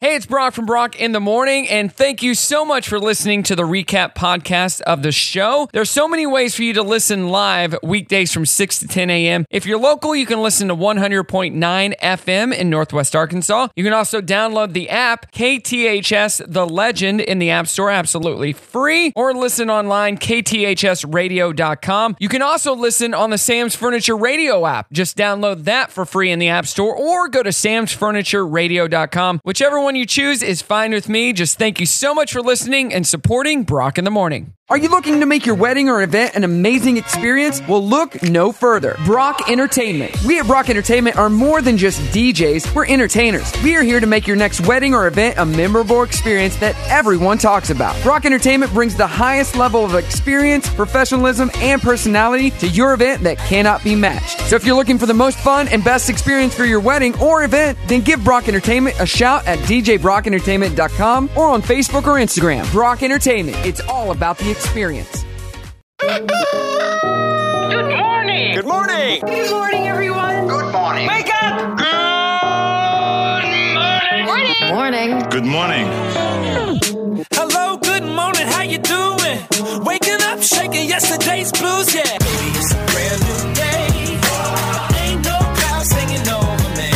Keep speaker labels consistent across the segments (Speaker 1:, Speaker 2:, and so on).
Speaker 1: Hey, it's Brock from Brock in the Morning, and thank you so much for listening to the recap podcast of the show. There's so many ways for you to listen live weekdays from 6 to 10 a.m. If you're local, you can listen to 100.9 FM in Northwest Arkansas. You can also download the app KTHS The Legend in the App Store absolutely free, or listen online kthsradio.com. You can also listen on the Sam's Furniture Radio app. Just download that for free in the App Store, or go to samsfurnitureradio.com. Whichever one you choose is fine with me. Just thank you so much for listening and supporting Brock in the Morning.
Speaker 2: Are you looking to make your wedding or event an amazing experience? Well, look no further. Brock Entertainment. We at Brock Entertainment are more than just DJs, we're entertainers. We are here to make your next wedding or event a memorable experience that everyone talks about. Brock Entertainment brings the highest level of experience, professionalism, and personality to your event that cannot be matched. So if you're looking for the most fun and best experience for your wedding or event, then give Brock Entertainment a shout at djbrockentertainment.com or on Facebook or Instagram. Brock Entertainment. It's all about the experience.
Speaker 3: Good morning.
Speaker 4: Good morning.
Speaker 3: Good morning, everyone.
Speaker 4: Good morning.
Speaker 3: Wake up. Good morning. Morning. Morning.
Speaker 4: Good morning.
Speaker 5: Hello, good morning. How you doing? Waking up, shaking yesterday's blues. Yeah, baby, it's a brand new day. Ain't no clouds hanging over me.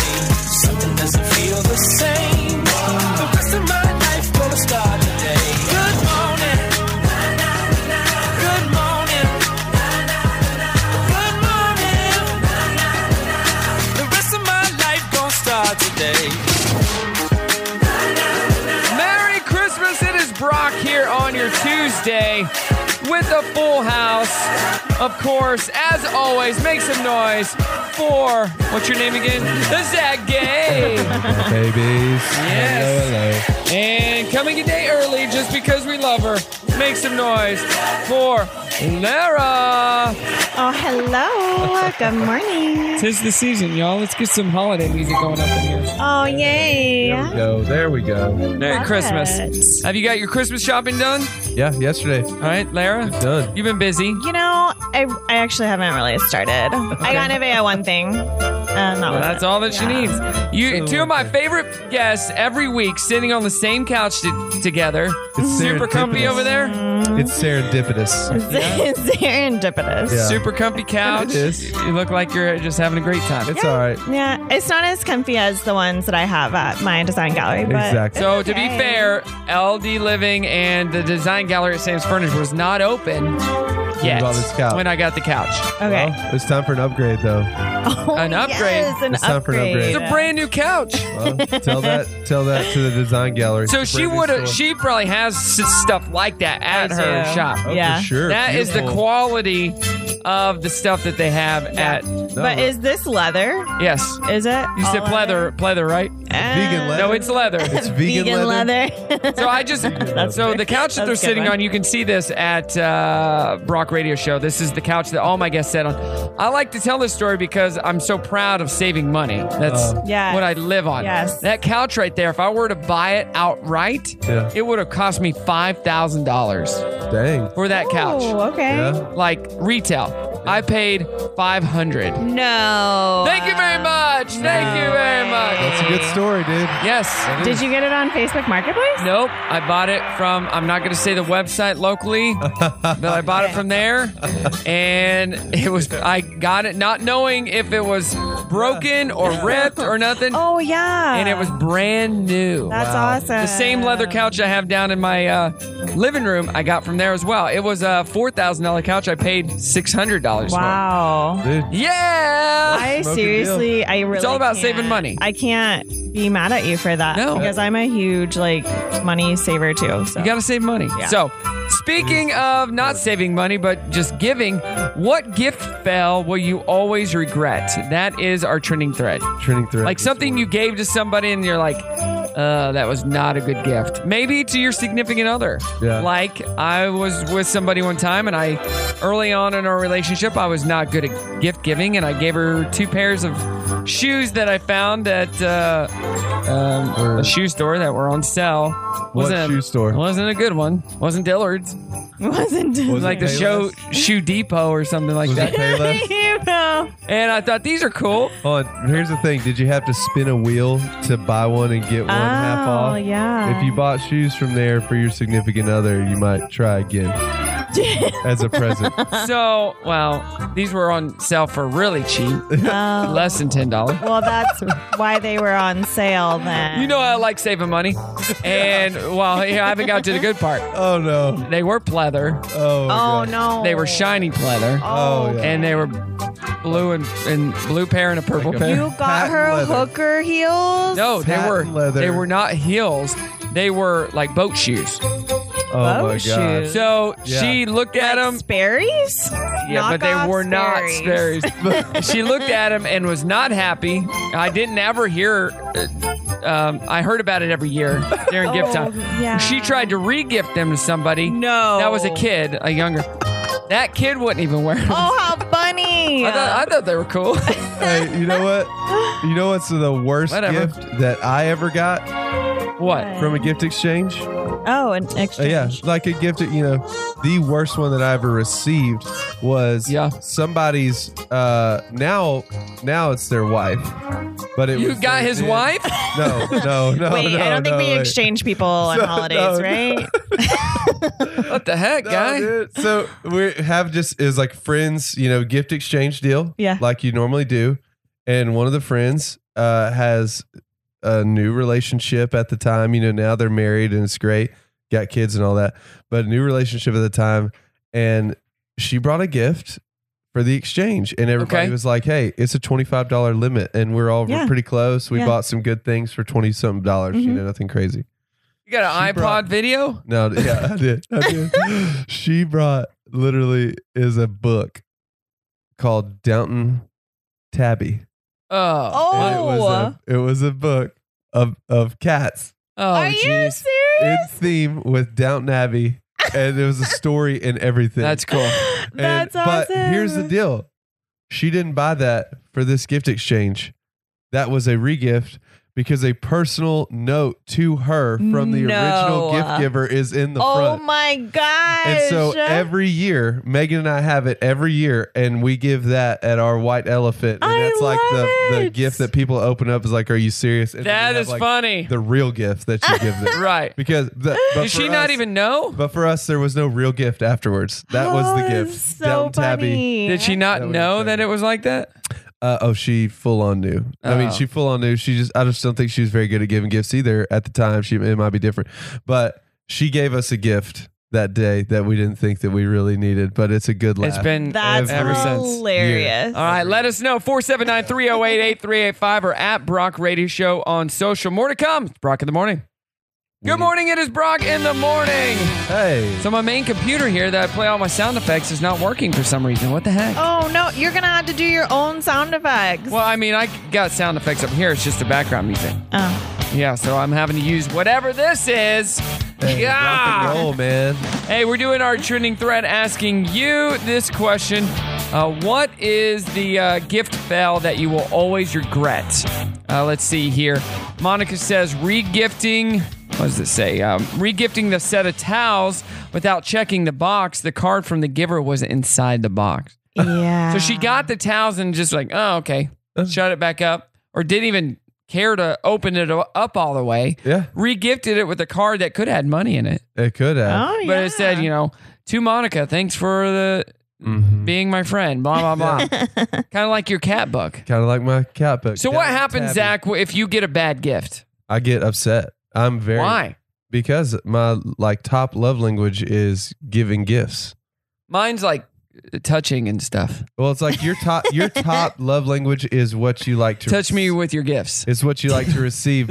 Speaker 5: Something doesn't feel the same. The rest of my life gonna start today. Good morning. Good morning. Good morning. The rest of my life gonna start today.
Speaker 1: Merry Christmas. It is Brock here on your Tuesday with a full house. Of course, as always, make some noise for what's your name again? The Zag Gang.
Speaker 6: babies.
Speaker 1: Yes.
Speaker 6: Hello, hello.
Speaker 1: and coming a day early just because we love her. Make some noise for Lara.
Speaker 7: Oh, hello. Good morning.
Speaker 1: Tis the season, y'all. Let's get some holiday music going up in here.
Speaker 7: Oh, yay.
Speaker 6: Go there we go.
Speaker 1: Merry
Speaker 7: Love
Speaker 1: Christmas.
Speaker 7: it.
Speaker 1: Have you got your Christmas shopping done?
Speaker 6: Yeah, yesterday
Speaker 1: All right, Lara.
Speaker 6: done.
Speaker 1: You've been busy.
Speaker 7: You know, I, I actually haven't really started. I got Nivea one thing, Uh, and that was
Speaker 1: That's
Speaker 7: it.
Speaker 1: all that she
Speaker 7: Yeah.
Speaker 1: needs. You,
Speaker 6: So
Speaker 1: two of my favorite guests every week, sitting on the same couch to, together.
Speaker 6: It's
Speaker 1: Super comfy
Speaker 6: serendipitous.
Speaker 1: over there.
Speaker 6: It's serendipitous.
Speaker 7: Serendipitous.
Speaker 6: Yeah.
Speaker 1: Super comfy couch.
Speaker 6: It is.
Speaker 1: You look like you're just having a great time.
Speaker 6: It's all right.
Speaker 7: Yeah, it's not as comfy as the ones that I have at my design gallery, but
Speaker 6: Exactly.
Speaker 1: So to be
Speaker 7: okay.
Speaker 1: fair, LD Living and the design gallery at Sam's Furniture was not open yet
Speaker 6: bought this couch.
Speaker 1: when I got the couch.
Speaker 7: okay.
Speaker 6: Well, it's time for an upgrade, though.
Speaker 7: Oh,
Speaker 1: an upgrade.
Speaker 7: Yes, an
Speaker 6: It's time for an upgrade.
Speaker 1: It's
Speaker 7: upgrade.
Speaker 1: a brand new couch.
Speaker 6: Well, tell that, tell that to the design gallery.
Speaker 1: So
Speaker 6: It's a
Speaker 1: she
Speaker 6: brand new
Speaker 1: would have.
Speaker 6: store.
Speaker 1: She probably has s- stuff like that at
Speaker 7: I
Speaker 1: her
Speaker 7: do.
Speaker 1: shop.
Speaker 6: Oh,
Speaker 7: Yeah.
Speaker 6: for sure.
Speaker 1: That is the
Speaker 6: Beautiful.
Speaker 1: quality of the stuff that they have at.
Speaker 6: No,
Speaker 7: But is this leather?
Speaker 1: Yes,
Speaker 7: Is it? Oh,
Speaker 1: you said
Speaker 7: all Uh,
Speaker 1: pleather, pleather, right?
Speaker 6: vegan leather.
Speaker 1: No, it's leather.
Speaker 6: It's vegan, leather.
Speaker 1: So I just so the couch that
Speaker 7: That's
Speaker 1: they're
Speaker 7: a good
Speaker 1: sitting
Speaker 7: one.
Speaker 1: on, you can see this at uh, Brock Radio Show. This is the couch that all my guests sat on. I like to tell this story because I'm so proud of saving money. That's
Speaker 6: Oh.
Speaker 7: Yes.
Speaker 1: what I live on.
Speaker 7: Yes.
Speaker 1: That couch right there. If I were to buy it outright,
Speaker 6: Yeah.
Speaker 1: it would have cost me five thousand dollars
Speaker 6: Dang.
Speaker 1: for that couch,
Speaker 7: Oh, okay.
Speaker 6: Yeah.
Speaker 1: like retail. I paid five hundred.
Speaker 7: No.
Speaker 1: Thank you very much. Thank you very much.
Speaker 6: That's a good story, dude.
Speaker 1: Yes.
Speaker 7: Did you get it on Facebook Marketplace?
Speaker 1: Nope. I bought it from, I'm not going to say the website locally, but I bought it from there. And it was, I got it not knowing if it was broken or ripped or nothing.
Speaker 7: Oh yeah.
Speaker 1: And it was brand new.
Speaker 7: That's
Speaker 6: Wow.
Speaker 7: awesome.
Speaker 1: The same leather couch I have down in my uh, living room, I got from there as well. It was a $4,000 couch. I paid $600
Speaker 7: Wow.
Speaker 6: Dude,
Speaker 1: for. Yeah.
Speaker 7: I
Speaker 6: Smoking
Speaker 7: seriously, I really.
Speaker 1: all about
Speaker 7: can't-
Speaker 1: saving money.
Speaker 7: I can't be mad at you for that.
Speaker 1: No.
Speaker 7: because I'm a huge like money saver too. So.
Speaker 1: You got to save money.
Speaker 7: Yeah.
Speaker 1: So, speaking of not saving money, but just giving, what gift fell will you always regret? That is our trending thread.
Speaker 6: trending through.
Speaker 1: Like something you gave to somebody and you're like, uh, that was not a good gift. Maybe to your significant other.
Speaker 6: Yeah.
Speaker 1: Like, I was with somebody one time and I, early on in our relationship, I was not good at gift giving and I gave her two pairs of shoes that I found at uh, um,
Speaker 6: Where-
Speaker 1: a shoe store that were on sale.
Speaker 6: What
Speaker 1: Wasn't-
Speaker 6: shoe store?
Speaker 1: Wasn't a good one. Wasn't Dillard's.
Speaker 7: wasn't
Speaker 6: Was
Speaker 1: It was
Speaker 6: it
Speaker 1: like the show
Speaker 6: Payless?
Speaker 1: Shoe Depot or something like
Speaker 6: Was it
Speaker 1: that.
Speaker 6: Payless?
Speaker 7: you don't know.
Speaker 1: and I thought these are cool.
Speaker 6: Hold on, here's the thing. Did you have to spin a wheel to buy one and get one half
Speaker 7: Oh,
Speaker 6: off?
Speaker 7: yeah.
Speaker 6: If you bought shoes from there for your significant other, you might try again as a present.
Speaker 1: So, well, these were on sale for really cheap,
Speaker 7: Oh.
Speaker 1: less than ten dollars.
Speaker 7: Well, that's why they were on sale then.
Speaker 1: You know I like saving money, and well, yeah, I haven't got to the good part.
Speaker 6: Oh no.
Speaker 1: They were pleather.
Speaker 6: Oh,
Speaker 7: Oh
Speaker 6: God.
Speaker 7: no.
Speaker 1: They were shiny pleather,
Speaker 6: Oh, yeah.
Speaker 1: and they were blue and, and blue pair and a purple
Speaker 6: Like a
Speaker 1: pair.
Speaker 7: You got
Speaker 6: Patent
Speaker 7: her
Speaker 6: leather.
Speaker 7: hooker heels.
Speaker 1: No, they
Speaker 6: Patent
Speaker 1: were
Speaker 6: leather.
Speaker 1: they were not heels. They were like boat shoes.
Speaker 6: oh my
Speaker 7: boat
Speaker 6: God.
Speaker 7: shoes.
Speaker 1: So
Speaker 6: Yeah.
Speaker 1: she looked at them.
Speaker 7: Sperry's.
Speaker 1: um, Yeah, but they
Speaker 7: Knockoff
Speaker 1: were not
Speaker 7: Sperry's.
Speaker 1: Sperry's. she looked at him and was not happy. I didn't ever hear. uh, Um, I heard about it every year during gift
Speaker 7: Oh,
Speaker 1: time.
Speaker 7: yeah.
Speaker 1: She tried to re-gift them to somebody.
Speaker 7: No.
Speaker 1: that was a kid, a younger. That kid wouldn't even wear them.
Speaker 7: Oh, how funny.
Speaker 1: I, thought, I thought they were cool.
Speaker 6: Hey, you know what? You know what's the worst
Speaker 1: Whatever.
Speaker 6: gift that I ever got
Speaker 1: what?
Speaker 6: from a gift exchange? Uh,
Speaker 7: oh, an extra.
Speaker 6: yeah, like a gift. You know, the worst one that I ever received was
Speaker 1: Yeah.
Speaker 6: somebody's. Uh, now, now it's their wife, but it
Speaker 1: You
Speaker 6: was
Speaker 1: got
Speaker 6: their
Speaker 1: his
Speaker 6: kid.
Speaker 1: wife?
Speaker 6: No, no, no.
Speaker 7: Wait, I
Speaker 6: Oh, no,
Speaker 7: don't think
Speaker 6: no,
Speaker 7: we
Speaker 6: wait.
Speaker 7: exchange people on
Speaker 6: No,
Speaker 7: holidays,
Speaker 6: no, no.
Speaker 7: right?
Speaker 1: What the heck,
Speaker 6: No,
Speaker 1: guy?
Speaker 6: dude. So we have just is like friends, you know, gift exchange deal.
Speaker 7: Yeah.
Speaker 6: Like you normally do. And one of the friends uh, has a new relationship at the time. You know, now they're married and it's great, got kids and all that. But a new relationship at the time. And she brought a gift for the exchange. And everybody
Speaker 1: Okay.
Speaker 6: was like, hey, it's a $25 limit. And we're all
Speaker 7: Yeah.
Speaker 6: we're pretty close. We
Speaker 7: Yeah.
Speaker 6: bought some good things for 20 something dollars, you
Speaker 7: Mhm.
Speaker 6: know, nothing crazy.
Speaker 1: You got an
Speaker 6: She
Speaker 1: iPod
Speaker 6: brought-
Speaker 1: video?
Speaker 6: No, yeah, I did. I did. she brought literally is a book called Downton Tabby.
Speaker 1: Oh,
Speaker 7: Oh,
Speaker 6: And it was a it was a book of of cats
Speaker 1: oh,
Speaker 7: Are you
Speaker 1: jeez.
Speaker 7: serious?
Speaker 6: in theme with Downton Abbey, and it was a story and everything.
Speaker 1: That's cool.
Speaker 6: And-
Speaker 7: That's awesome.
Speaker 6: But here's the deal: she didn't buy that for this gift exchange. That was a regift because a personal note to her from the
Speaker 7: No.
Speaker 6: original gift giver is in the
Speaker 7: Oh
Speaker 6: front.
Speaker 7: my gosh.
Speaker 6: And so every year, Megan and I have it every year, and we give that at our white elephant. And
Speaker 7: I
Speaker 6: that's like the,
Speaker 7: love
Speaker 6: the
Speaker 7: it.
Speaker 6: gift that people open up is like, Are you serious? And then
Speaker 1: That
Speaker 6: they have,
Speaker 1: is
Speaker 6: like,
Speaker 1: funny.
Speaker 6: The real gift that you give them.
Speaker 1: right.
Speaker 6: Because the, but
Speaker 1: Did
Speaker 6: for
Speaker 1: she not
Speaker 6: us-
Speaker 1: even know?
Speaker 6: But for us, there was no real gift afterwards. That was
Speaker 7: Oh,
Speaker 6: the gift.
Speaker 7: So
Speaker 6: Downton Abbey.
Speaker 7: funny.
Speaker 1: Did she not
Speaker 6: That would've
Speaker 1: know
Speaker 6: been-
Speaker 1: that it was like that?
Speaker 6: Uh, oh, she full on knew. I mean,
Speaker 1: Oh.
Speaker 6: she full on knew. She just, I just don't think she was very good at giving gifts either at the time. She it might be different, but she gave us a gift that day that we didn't think that we really needed. But it's a good laugh.
Speaker 1: It's been
Speaker 7: That's
Speaker 1: ever since.
Speaker 7: hilarious.
Speaker 1: All right, let us know 479 308 8385 or at Brock Radio Show on social. More to come. It's Brock in the morning.
Speaker 6: Mm-hmm.
Speaker 1: Good morning. It is Brock in the morning.
Speaker 6: hey.
Speaker 1: So, my main computer here that I play all my sound effects is not working for some reason. What the heck?
Speaker 7: Oh no, you're gonna have to do your own sound effects.
Speaker 1: Well, I mean, I got sound effects up here. It's just the background music.
Speaker 7: Oh.
Speaker 1: Yeah, so I'm having to use whatever this is.
Speaker 6: Hey, rock and
Speaker 1: yeah.
Speaker 6: roll, man.
Speaker 1: Hey, we're doing our trending thread asking you this question. Uh, what is the uh, gift fail that you will always regret? Uh, let's see here. Monica says regifting. What does it say? Um, regifting the set of towels without checking the box. The card from the giver was inside the box.
Speaker 7: Yeah.
Speaker 1: So she got the towels and just like, oh, okay, shut it back up, or didn't even care to open it up all the way.
Speaker 6: Yeah.
Speaker 1: Regifted it with a card that could have had money in it
Speaker 6: It could have.
Speaker 7: Oh yeah.
Speaker 1: but it said, you know, to Monica, thanks for the
Speaker 6: Mm-hmm.
Speaker 1: being my friend, blah blah blah. kind of like your cat book.
Speaker 6: Kind of like my cat book.
Speaker 1: So what
Speaker 6: Cat
Speaker 1: happens,
Speaker 6: tabby.
Speaker 1: Zach, if you get a bad gift?
Speaker 6: I get upset. I'm very
Speaker 1: Why?
Speaker 6: because my like top love language is giving gifts.
Speaker 1: Mine's like touching and stuff.
Speaker 6: Well, it's like your top your top love language is what you like to
Speaker 1: Touch me with your gifts.
Speaker 6: It's what you like to receive.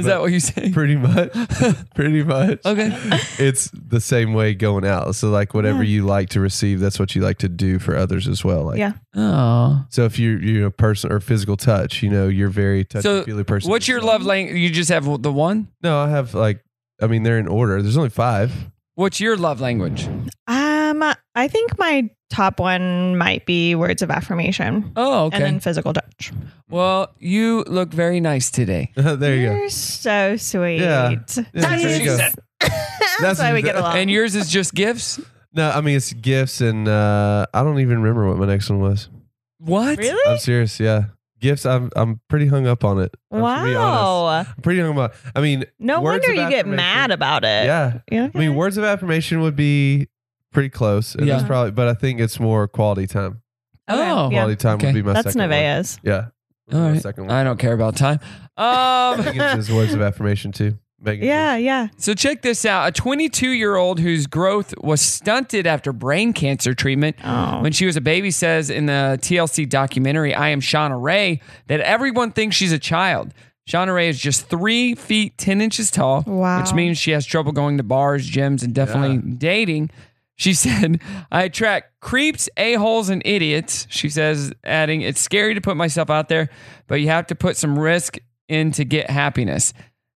Speaker 1: Is
Speaker 6: but
Speaker 1: that what you say?
Speaker 6: pretty much pretty much
Speaker 1: Okay.
Speaker 6: it's the same way going out so like whatever you like to receive that's what you like to do for others as well like
Speaker 7: Yeah.
Speaker 1: Oh.
Speaker 6: so if you you're a person or physical touch you know you're very touchy
Speaker 1: So
Speaker 6: feely person
Speaker 1: what's your love language? You just have the one.
Speaker 6: no i have like i mean they're in order there's only five
Speaker 1: What's your love language?
Speaker 7: Um, I think my top one might be words of affirmation.
Speaker 1: Oh,
Speaker 7: And then
Speaker 1: okay.
Speaker 7: physical touch.
Speaker 1: Well, you look very nice today.
Speaker 6: there you go
Speaker 7: You're so sweet.
Speaker 6: Yeah. Yeah,
Speaker 1: there you go.
Speaker 7: That's
Speaker 6: That's
Speaker 7: why we
Speaker 6: what-
Speaker 7: get along.
Speaker 1: And yours is just gifts?
Speaker 6: no i mean it's gifts and uh i don't even remember what my next one was
Speaker 1: What?
Speaker 7: Really?
Speaker 6: I'm serious. Yeah. Gifts. I'm I'm pretty hung up on it. I'm- To be honest.
Speaker 7: Wow.
Speaker 6: I'm pretty hung up. I mean,
Speaker 7: No
Speaker 6: words
Speaker 7: wonder
Speaker 6: of
Speaker 7: you get
Speaker 6: affirmation-
Speaker 7: mad about it.
Speaker 6: Yeah.
Speaker 7: Yeah.
Speaker 6: I mean, words of affirmation would be pretty close. And it's
Speaker 1: Yeah.
Speaker 6: probably, but I think it's more quality time.
Speaker 1: Oh.
Speaker 7: Yeah.
Speaker 6: Quality time
Speaker 1: Okay.
Speaker 6: would be my
Speaker 7: That's
Speaker 6: second one.
Speaker 7: Nevaeh's.
Speaker 6: Yeah.
Speaker 1: All
Speaker 6: My
Speaker 1: right.
Speaker 6: Second one.
Speaker 1: I don't care about time. Um,
Speaker 6: Megan's is words of affirmation too. Megan.
Speaker 7: Yeah, yeah.
Speaker 1: So check this out. A 22 year old whose growth was stunted after brain cancer treatment
Speaker 7: Oh.
Speaker 1: when she was a baby says in the TLC documentary, I Am Shauna Ray, that everyone thinks she's a child. Shauna Ray is just three feet, 10 inches tall,
Speaker 7: Wow.
Speaker 1: which means she has trouble going to bars, gyms, and definitely dating. She said, I attract creeps, a-holes, and idiots. She says, adding, it's scary to put myself out there, but you have to put some risk in to get happiness.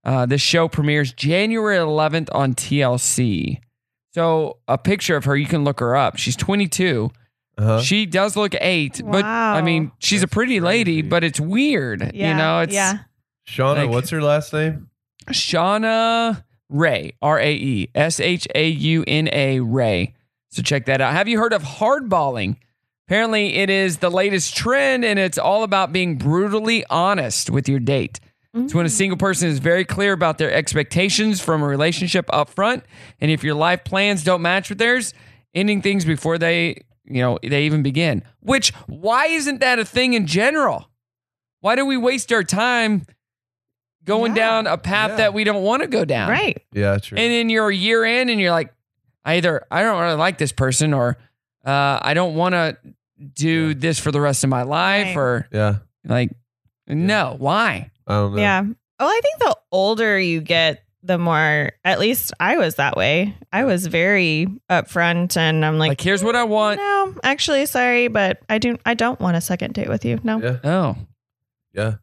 Speaker 1: Uh, this show premieres January 11th on TLC. So a picture of her, you can look her up. She's 22.
Speaker 6: Uh-huh.
Speaker 1: She does look eight, but I
Speaker 7: Wow.
Speaker 1: mean, she's a
Speaker 6: That's
Speaker 1: pretty lady,
Speaker 6: crazy.
Speaker 1: but it's weird.
Speaker 7: Yeah.
Speaker 1: you know, it's
Speaker 7: yeah.
Speaker 6: Shauna,
Speaker 1: Like-
Speaker 6: what's her last name?
Speaker 1: Shauna Ray, R A E S H A U N A Ray. So check that out. Have you heard of hardballing? Apparently, it is the latest trend and it's all about being brutally honest with your date. It's when a single person is very clear about their expectations from a relationship up front. And if your life plans don't match with theirs, ending things before they, you know, they even begin. Which, why isn't that a thing in general? Why do we waste our time going
Speaker 7: Yeah.
Speaker 1: down a path
Speaker 6: Yeah.
Speaker 1: that we don't want to go down?
Speaker 7: Right.
Speaker 6: Yeah, true.
Speaker 1: And then you're a year in and you're like, I either I don't really like this person or uh, I don't want to do this for the rest of my life
Speaker 7: Right.
Speaker 1: or
Speaker 6: yeah.
Speaker 1: like, no, why?
Speaker 6: I don't know.
Speaker 7: Yeah. Well, I think the older you get, the more, at least I was that way. I was very upfront and I'm
Speaker 1: Like,
Speaker 7: like, "Oh,
Speaker 1: here's what I want.
Speaker 7: no, actually, sorry, but I do. I don't want a second date with you. No.
Speaker 6: Yeah.
Speaker 1: Oh,
Speaker 6: Yeah.
Speaker 1: is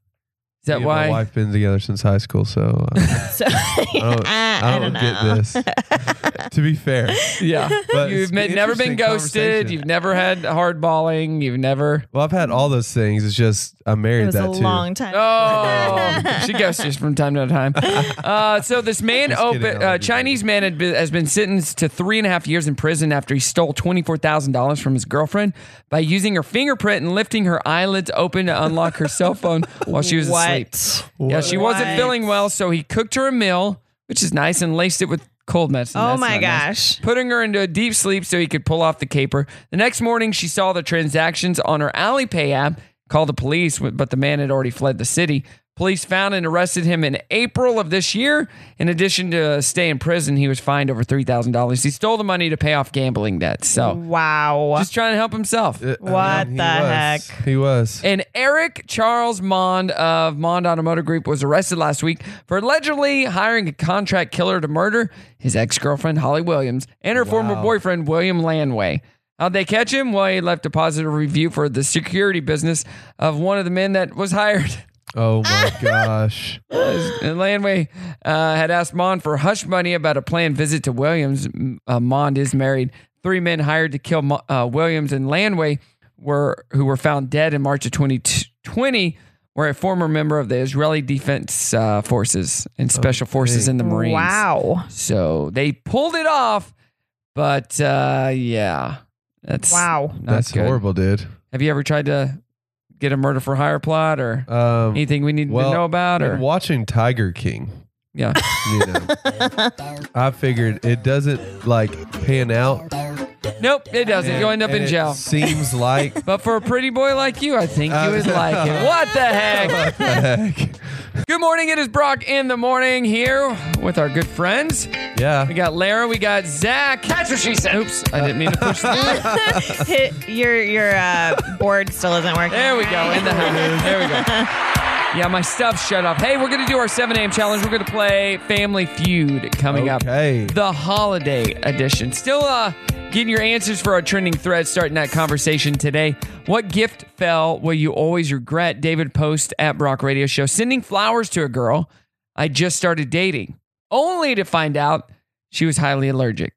Speaker 1: that
Speaker 6: Me and
Speaker 1: why?
Speaker 6: My wife been together since high school, so uh,
Speaker 7: So I
Speaker 6: don't- I don't get this. to be fair,
Speaker 1: Yeah.
Speaker 6: But
Speaker 1: you've
Speaker 6: it's
Speaker 1: ma-
Speaker 6: an
Speaker 1: never been
Speaker 6: interesting
Speaker 1: ghosted.
Speaker 6: conversation.
Speaker 1: You've never had hardballing. You've never.
Speaker 6: well, I've had all those things. It's just I'm
Speaker 7: it
Speaker 6: married
Speaker 7: was
Speaker 6: that
Speaker 7: a
Speaker 6: too.
Speaker 7: long time.
Speaker 1: Oh, she ghosts just from time to time. Uh, so this man,
Speaker 6: Just kidding, I
Speaker 1: open,
Speaker 6: love
Speaker 1: uh,
Speaker 6: you,
Speaker 1: Chinese man, had been, has been sentenced to three and a half years in prison after he stole twenty four thousand dollars from his girlfriend by using her fingerprint and lifting her eyelids open to unlock her cell phone while she was asleep.
Speaker 7: What?
Speaker 1: Yeah, she wasn't
Speaker 7: What?
Speaker 1: feeling well, so he cooked her a meal, which is nice, and laced it with cold medicine.
Speaker 7: Oh
Speaker 1: That's
Speaker 7: my
Speaker 1: not nice.
Speaker 7: gosh.
Speaker 1: putting her into a deep sleep so he could pull off the caper. The next morning, she saw the transactions on her Alipay app, called the police, but the man had already fled the city. Police found and arrested him in April of this year. In addition to stay in prison, he was fined over $3,000. He stole the money to pay off gambling debts.
Speaker 7: Mm.
Speaker 1: So
Speaker 7: Wow.
Speaker 1: just trying to help himself.
Speaker 6: Uh, I mean,
Speaker 7: What
Speaker 6: he
Speaker 7: the
Speaker 6: was.
Speaker 7: heck?
Speaker 6: He was.
Speaker 1: And Eric Charles Mond of Mond Automotive Group was arrested last week for allegedly hiring a contract killer to murder his ex girlfriend, Holly Williams, and her former boyfriend, William Lanway. How'd they catch him? Well, he left a positive review for the security business of one of the men that was hired.
Speaker 6: Oh my gosh.
Speaker 1: And Landway uh, had asked Mond for hush money about a planned visit to Williams. M- Uh, Mond is married. Three men hired to kill Mo- uh, Williams and Landway were who were found dead in March of 2020 were a former member of the Israeli Defense uh, Forces and Special Forces in the Marines.
Speaker 7: Oh, Wow.
Speaker 1: So they pulled it off, but uh, yeah, that's
Speaker 7: Wow.
Speaker 1: not
Speaker 6: That's
Speaker 1: good.
Speaker 6: horrible, dude.
Speaker 1: Have you ever tried to get a murder for hire plot or
Speaker 6: Um,
Speaker 1: anything we need
Speaker 6: well,
Speaker 1: to know about? Or
Speaker 6: been watching Tiger King.
Speaker 1: yeah.
Speaker 6: You know, I figured it doesn't like pan out.
Speaker 1: Nope, it doesn't. You'll end up
Speaker 6: And
Speaker 1: in
Speaker 6: it
Speaker 1: jail.
Speaker 6: Seems like
Speaker 1: But for a pretty boy like you, I think you
Speaker 6: Uh,
Speaker 1: would like it. What the heck?
Speaker 6: the heck?
Speaker 1: Good morning. It is Brock in the morning here with our good friends.
Speaker 6: Yeah.
Speaker 1: We got Lara. We got Zach. That's what she said. Oops, I didn't mean to push. The-
Speaker 7: Hit- your your uh, board still isn't working.
Speaker 1: there we go. In the house. There we go. Yeah, my stuff shut off. Hey, we're gonna do our 7 a.m. challenge. We're gonna play Family Feud coming up.
Speaker 6: Okay.
Speaker 1: the holiday edition. Still uh, getting your answers for our trending thread, starting that conversation today. What gift fell will you always regret? David Post at Brock Radio Show sending flowers to a girl I just started dating, only to find out she was highly allergic.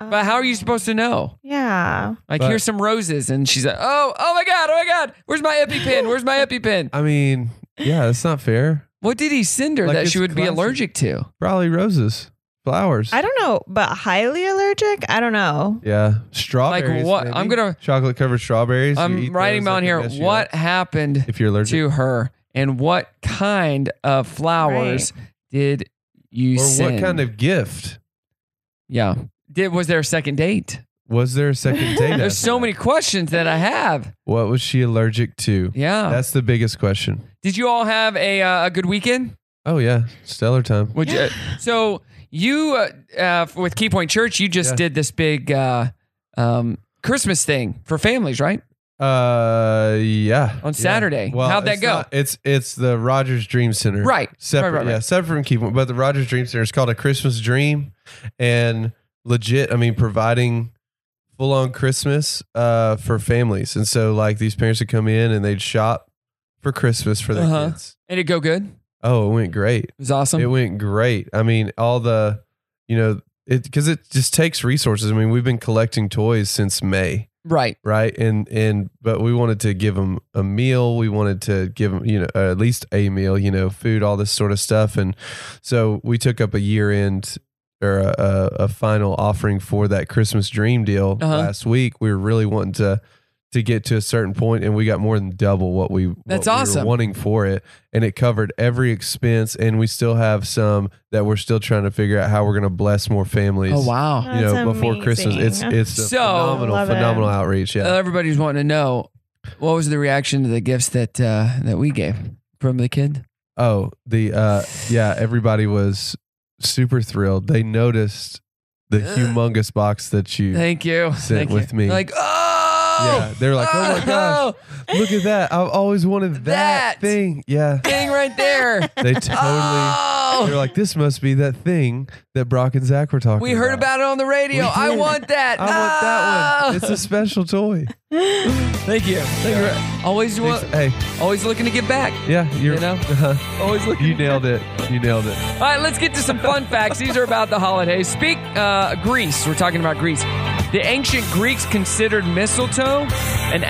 Speaker 1: But how are you supposed to know?
Speaker 7: Uh, Yeah.
Speaker 1: Like,
Speaker 6: But-
Speaker 1: here's some roses, and she's like, "Oh, oh my god, oh my god, where's my EpiPen? Where's my EpiPen?
Speaker 6: I mean, yeah, that's not fair.
Speaker 1: What did he send her
Speaker 6: Like,
Speaker 1: that
Speaker 6: it's
Speaker 1: she would be
Speaker 6: classy.
Speaker 1: allergic to?
Speaker 6: Probably roses. flowers.
Speaker 7: I don't know, but highly allergic? I don't know.
Speaker 6: yeah, strawberries.
Speaker 1: what? I'm gonna-
Speaker 6: chocolate covered strawberries. You eat
Speaker 1: I'm writing
Speaker 6: those,
Speaker 1: down
Speaker 6: that
Speaker 1: here.
Speaker 6: can mess you
Speaker 1: What
Speaker 6: up
Speaker 1: happened
Speaker 6: If you're allergic,
Speaker 1: to her, and what kind of flowers did you
Speaker 6: or
Speaker 1: send?
Speaker 6: what kind of gift?
Speaker 1: yeah? Did was there a second date?
Speaker 6: Was there a second date?
Speaker 1: There's
Speaker 6: after
Speaker 1: so
Speaker 6: that?
Speaker 1: many questions that I have.
Speaker 6: What was she allergic to?
Speaker 1: Yeah.
Speaker 6: That's the biggest question.
Speaker 1: Did you all have a uh, a good weekend?
Speaker 6: Oh yeah, stellar time.
Speaker 1: Would you, so you uh, uh, with Key Point Church, you just
Speaker 6: Yeah.
Speaker 1: did this big uh, um, Christmas thing for families, right?
Speaker 6: Uh, yeah.
Speaker 1: On
Speaker 6: Yeah.
Speaker 1: Saturday. How'd that
Speaker 6: it's
Speaker 1: go?
Speaker 6: not- it's it's the Rogers Dream Center,
Speaker 1: Right.
Speaker 6: Separate,
Speaker 1: Right, right, right.
Speaker 6: yeah, separate from Keep. But the Rogers Dream Center is called a Christmas Dream, and legit, I mean, providing full on Christmas uh for families, and so like these parents would come in and they'd shop for Christmas for their
Speaker 1: Uh-huh.
Speaker 6: kids.
Speaker 1: And it go good. It
Speaker 6: Oh, it went great.
Speaker 1: was awesome.
Speaker 6: It went great. I mean, all the, you know, it because it just takes resources. I mean, we've been collecting toys since May
Speaker 1: right.
Speaker 6: right and and but we wanted to give them a meal we wanted to give them you know uh, at least a meal you know food all this sort of stuff and so we took up a year end or a, a, a final offering for that christmas dream deal
Speaker 1: Uh-huh.
Speaker 6: last week we were really wanting to to get to a certain point and we got more than double what we
Speaker 1: That's
Speaker 6: what we were
Speaker 1: awesome.
Speaker 6: wanting for it and it covered every expense and we still have some that we're still trying to figure out how we're going to bless more families
Speaker 1: Oh wow.
Speaker 6: you know,
Speaker 7: That's
Speaker 6: before Christmas, it's
Speaker 7: amazing.
Speaker 6: it's a
Speaker 1: So-
Speaker 6: phenomenal,
Speaker 7: Love it.
Speaker 6: phenomenal outreach. Yeah,
Speaker 1: Uh, everybody's wanting to know what was the reaction to the gifts that uh, that we gave from the kid.
Speaker 6: Oh, the uh yeah, everybody was super thrilled. They noticed the humongous box that you
Speaker 1: Thank you.
Speaker 6: Sit
Speaker 1: Thank
Speaker 6: with
Speaker 1: you.
Speaker 6: me.
Speaker 1: Like oh.
Speaker 6: Yeah, they're like, "Oh my gosh, look at that. I've always wanted that,
Speaker 1: That.
Speaker 6: thing. Yeah.
Speaker 1: thing right there.
Speaker 6: They totally
Speaker 1: Oh.
Speaker 6: they're like, this must be that thing that Brock and Zach were talking
Speaker 1: We heard about it on the radio.
Speaker 6: We
Speaker 1: I
Speaker 6: did.
Speaker 1: want that.
Speaker 6: I want that one.
Speaker 1: Oh.
Speaker 6: It's a special toy.
Speaker 1: Thank you. Thank you. Always, wa-
Speaker 6: hey,
Speaker 1: always looking to get back.
Speaker 6: yeah, you're,
Speaker 1: You know? Always looking.
Speaker 6: you nailed it. You nailed it.
Speaker 1: All right, let's get to some fun facts. These are about the holidays. Speak uh, Greece. We're talking about Greece. The ancient Greeks considered mistletoe an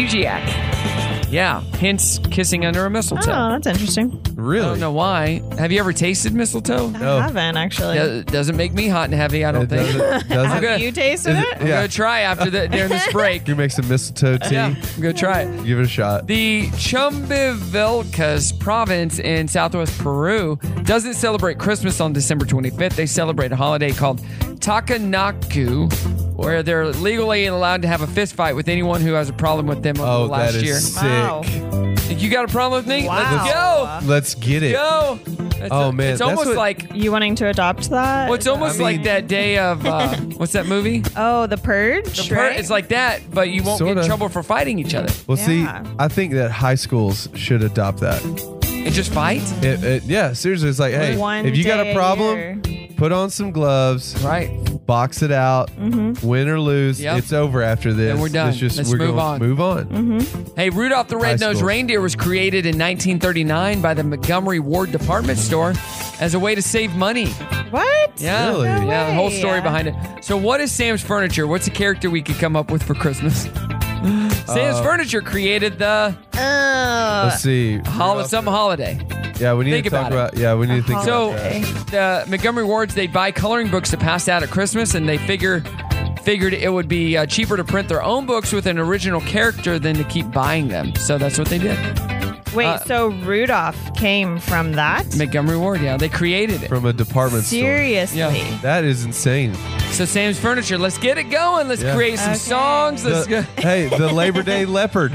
Speaker 1: aphrodisiac. Yeah, hence kissing under a
Speaker 7: Oh,
Speaker 1: mistletoe.
Speaker 7: that's interesting.
Speaker 1: I
Speaker 6: Really?
Speaker 1: don't know why. Have you ever tasted mistletoe?
Speaker 6: No.
Speaker 7: I haven't actually.
Speaker 1: Do- doesn't make me hot and heavy. I don't
Speaker 6: It
Speaker 1: think.
Speaker 6: doesn't, doesn't
Speaker 7: Have
Speaker 1: good.
Speaker 7: you tasted
Speaker 6: Is
Speaker 7: it?
Speaker 6: it-
Speaker 1: I'm
Speaker 6: Yeah.
Speaker 1: gonna try after the, during this break.
Speaker 6: you make some mistletoe tea?
Speaker 1: Yeah, I'm gonna try it.
Speaker 6: Give it a shot.
Speaker 1: The Chumbivilcas province in southwest Peru doesn't celebrate Christmas on December 25th. They celebrate a holiday called Takanaku, where they're legally allowed to have a fist fight with anyone who has a problem with them over
Speaker 6: Oh,
Speaker 1: the last
Speaker 6: that is
Speaker 1: year.
Speaker 6: sick.
Speaker 7: Wow.
Speaker 1: You got a problem with me?
Speaker 7: Wow.
Speaker 6: Let's get it.
Speaker 1: Let's go. Go. It's
Speaker 6: Oh, man,
Speaker 1: It's
Speaker 6: that's
Speaker 1: almost
Speaker 6: what-
Speaker 1: like
Speaker 7: You wanting to adopt that?
Speaker 1: well, it's almost
Speaker 6: I mean-
Speaker 1: like that day of uh, what's that movie?
Speaker 7: Oh, the purge.
Speaker 1: Per-
Speaker 7: right?
Speaker 1: It's like that, but you won't get
Speaker 6: Sorta.
Speaker 1: in trouble for fighting each other.
Speaker 6: Well,
Speaker 7: Yeah.
Speaker 6: see, I think that high schools should adopt that.
Speaker 1: And just fight,
Speaker 6: It, it- yeah, seriously, it's like, hey,
Speaker 7: One
Speaker 6: if you got
Speaker 7: day
Speaker 6: a
Speaker 7: a
Speaker 6: problem, put on some gloves,
Speaker 1: right?
Speaker 6: box it out,
Speaker 7: Mm-hmm.
Speaker 6: win or lose,
Speaker 1: Yep.
Speaker 6: it's over after this.
Speaker 1: Then we're done.
Speaker 6: It's just
Speaker 1: Let's
Speaker 6: we're
Speaker 1: move
Speaker 6: gonna
Speaker 1: on.
Speaker 6: Move on.
Speaker 7: Mm-hmm.
Speaker 1: Hey, Rudolph the Red-Nosed
Speaker 6: schools.
Speaker 1: Reindeer was created in 1939 by the Montgomery Ward Department Store as a way to save money.
Speaker 7: What?
Speaker 1: Yeah,
Speaker 6: Really? No
Speaker 1: yeah, the whole
Speaker 7: way.
Speaker 1: story behind it. So, what is Sam's Furniture? What's a character we could come up with for Christmas?
Speaker 6: Uh,
Speaker 1: Sam's Furniture created the
Speaker 7: Oh.
Speaker 6: Let's see.
Speaker 1: hol- some holiday.
Speaker 6: Yeah, we need
Speaker 1: Think
Speaker 6: to talk
Speaker 1: about
Speaker 6: about. Yeah, we need to think
Speaker 1: So,
Speaker 7: Uh-huh.
Speaker 6: about that.
Speaker 1: the Montgomery Wards they buy coloring books to pass out at Christmas, and they figure figured it would be uh, cheaper to print their own books with an original character than to keep buying them. So that's what they did.
Speaker 7: Wait,
Speaker 1: uh,
Speaker 7: so Rudolph came from that?
Speaker 1: Montgomery Ward, yeah, they created it.
Speaker 6: From a department
Speaker 7: Seriously.
Speaker 1: Yeah.
Speaker 6: store. That is insane.
Speaker 1: So Sam's Furniture, let's get it going. Let's
Speaker 6: Yeah.
Speaker 1: create some
Speaker 7: Okay.
Speaker 1: songs. Let's
Speaker 6: The-
Speaker 1: go.
Speaker 6: hey, the Labor Day leopard.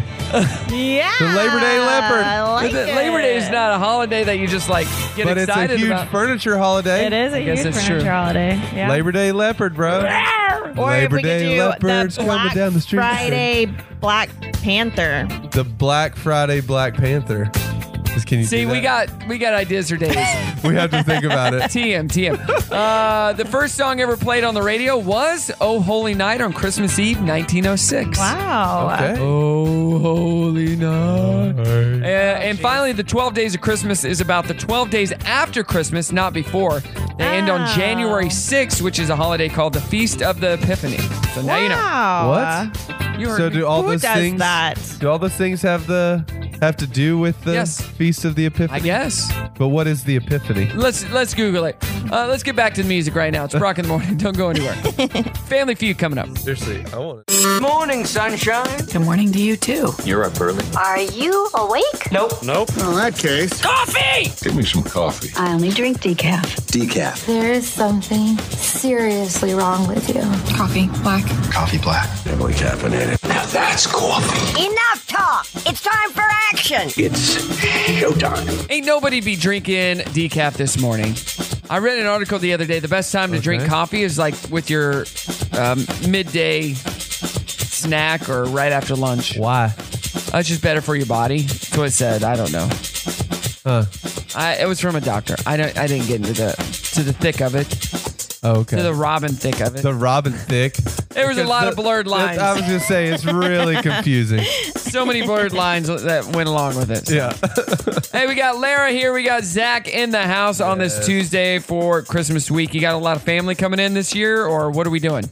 Speaker 7: Yeah.
Speaker 6: The Labor Day leopard.
Speaker 7: I like
Speaker 1: The- Labor Day is
Speaker 7: it.
Speaker 1: not a holiday that you just like get
Speaker 6: but it's a
Speaker 1: excited
Speaker 6: huge
Speaker 1: about.
Speaker 6: furniture holiday.
Speaker 7: It is a
Speaker 1: guess
Speaker 7: huge
Speaker 1: that's true.
Speaker 7: furniture holiday. Yeah.
Speaker 6: Labor Day leopard, bro.
Speaker 7: or
Speaker 6: Labor
Speaker 7: if we
Speaker 6: Day
Speaker 7: could do
Speaker 6: leopards
Speaker 7: the
Speaker 6: coming
Speaker 7: Black
Speaker 6: down the street.
Speaker 7: Friday Black Panther.
Speaker 6: The Black Friday Black Panther. Just- Can you
Speaker 1: See,
Speaker 6: do
Speaker 1: we
Speaker 6: that?
Speaker 1: got we got ideas for days.
Speaker 6: We have to think about it.
Speaker 1: TM TM. Uh, the first song ever played on the radio was "Oh Holy Night" on Christmas Eve, 1906.
Speaker 7: Wow.
Speaker 6: Okay.
Speaker 1: Oh Holy Night. Uh, and finally, the 12 days of Christmas is about the 12 days after Christmas, not before. They end on
Speaker 7: Oh.
Speaker 1: January 6th, which is a holiday called the Feast of the Epiphany. So now you know.
Speaker 7: Wow.
Speaker 6: What?
Speaker 1: You heard
Speaker 6: So
Speaker 1: me.
Speaker 6: do all
Speaker 7: Who
Speaker 6: those
Speaker 7: does
Speaker 6: things?
Speaker 7: that?
Speaker 6: Do all those things have the have to do with the
Speaker 1: Yes.
Speaker 6: feast of the
Speaker 1: I
Speaker 6: Epiphany?
Speaker 1: guess.
Speaker 6: But what is the Epiphany?
Speaker 1: Let's let's Google it. Uh, let's get back to the music right now. It's Brock in the morning. Don't go anywhere. Family Feud coming up.
Speaker 6: Seriously, I want it.
Speaker 5: Morning, sunshine.
Speaker 4: Good morning to you too.
Speaker 8: Are you awake?
Speaker 9: In that case,
Speaker 10: Give me some coffee.
Speaker 4: I only drink decaf.
Speaker 9: decaf.
Speaker 8: There is something seriously wrong with you.
Speaker 4: Coffee, black.
Speaker 10: Coffee black.
Speaker 9: Heavily caffeinated. Now that's coffee.
Speaker 3: Enough talk. It's time for action.
Speaker 9: It's showtime.
Speaker 1: Ain't nobody be drinking decaf this morning. I read an article the other day. The best time to drink
Speaker 6: Okay.
Speaker 1: coffee is like with your um, midday snack or right after lunch.
Speaker 6: Why?
Speaker 1: That's just better for your body. That's what it said. I don't know.
Speaker 6: Huh.
Speaker 1: I, it was from a doctor. I don't. I didn't get into the to the thick of it,
Speaker 6: Oh, okay.
Speaker 1: to the Robin thick of it.
Speaker 6: The Robin Thicke.
Speaker 1: There was a lot of blurred lines.
Speaker 6: I was gonna say it's really confusing.
Speaker 1: so many blurred lines that went along with it.
Speaker 6: yeah.
Speaker 1: Hey, we got Lara here. We got Zach in the house on this Tuesday for Christmas week. You got a lot of family coming in this year, or what are we doing?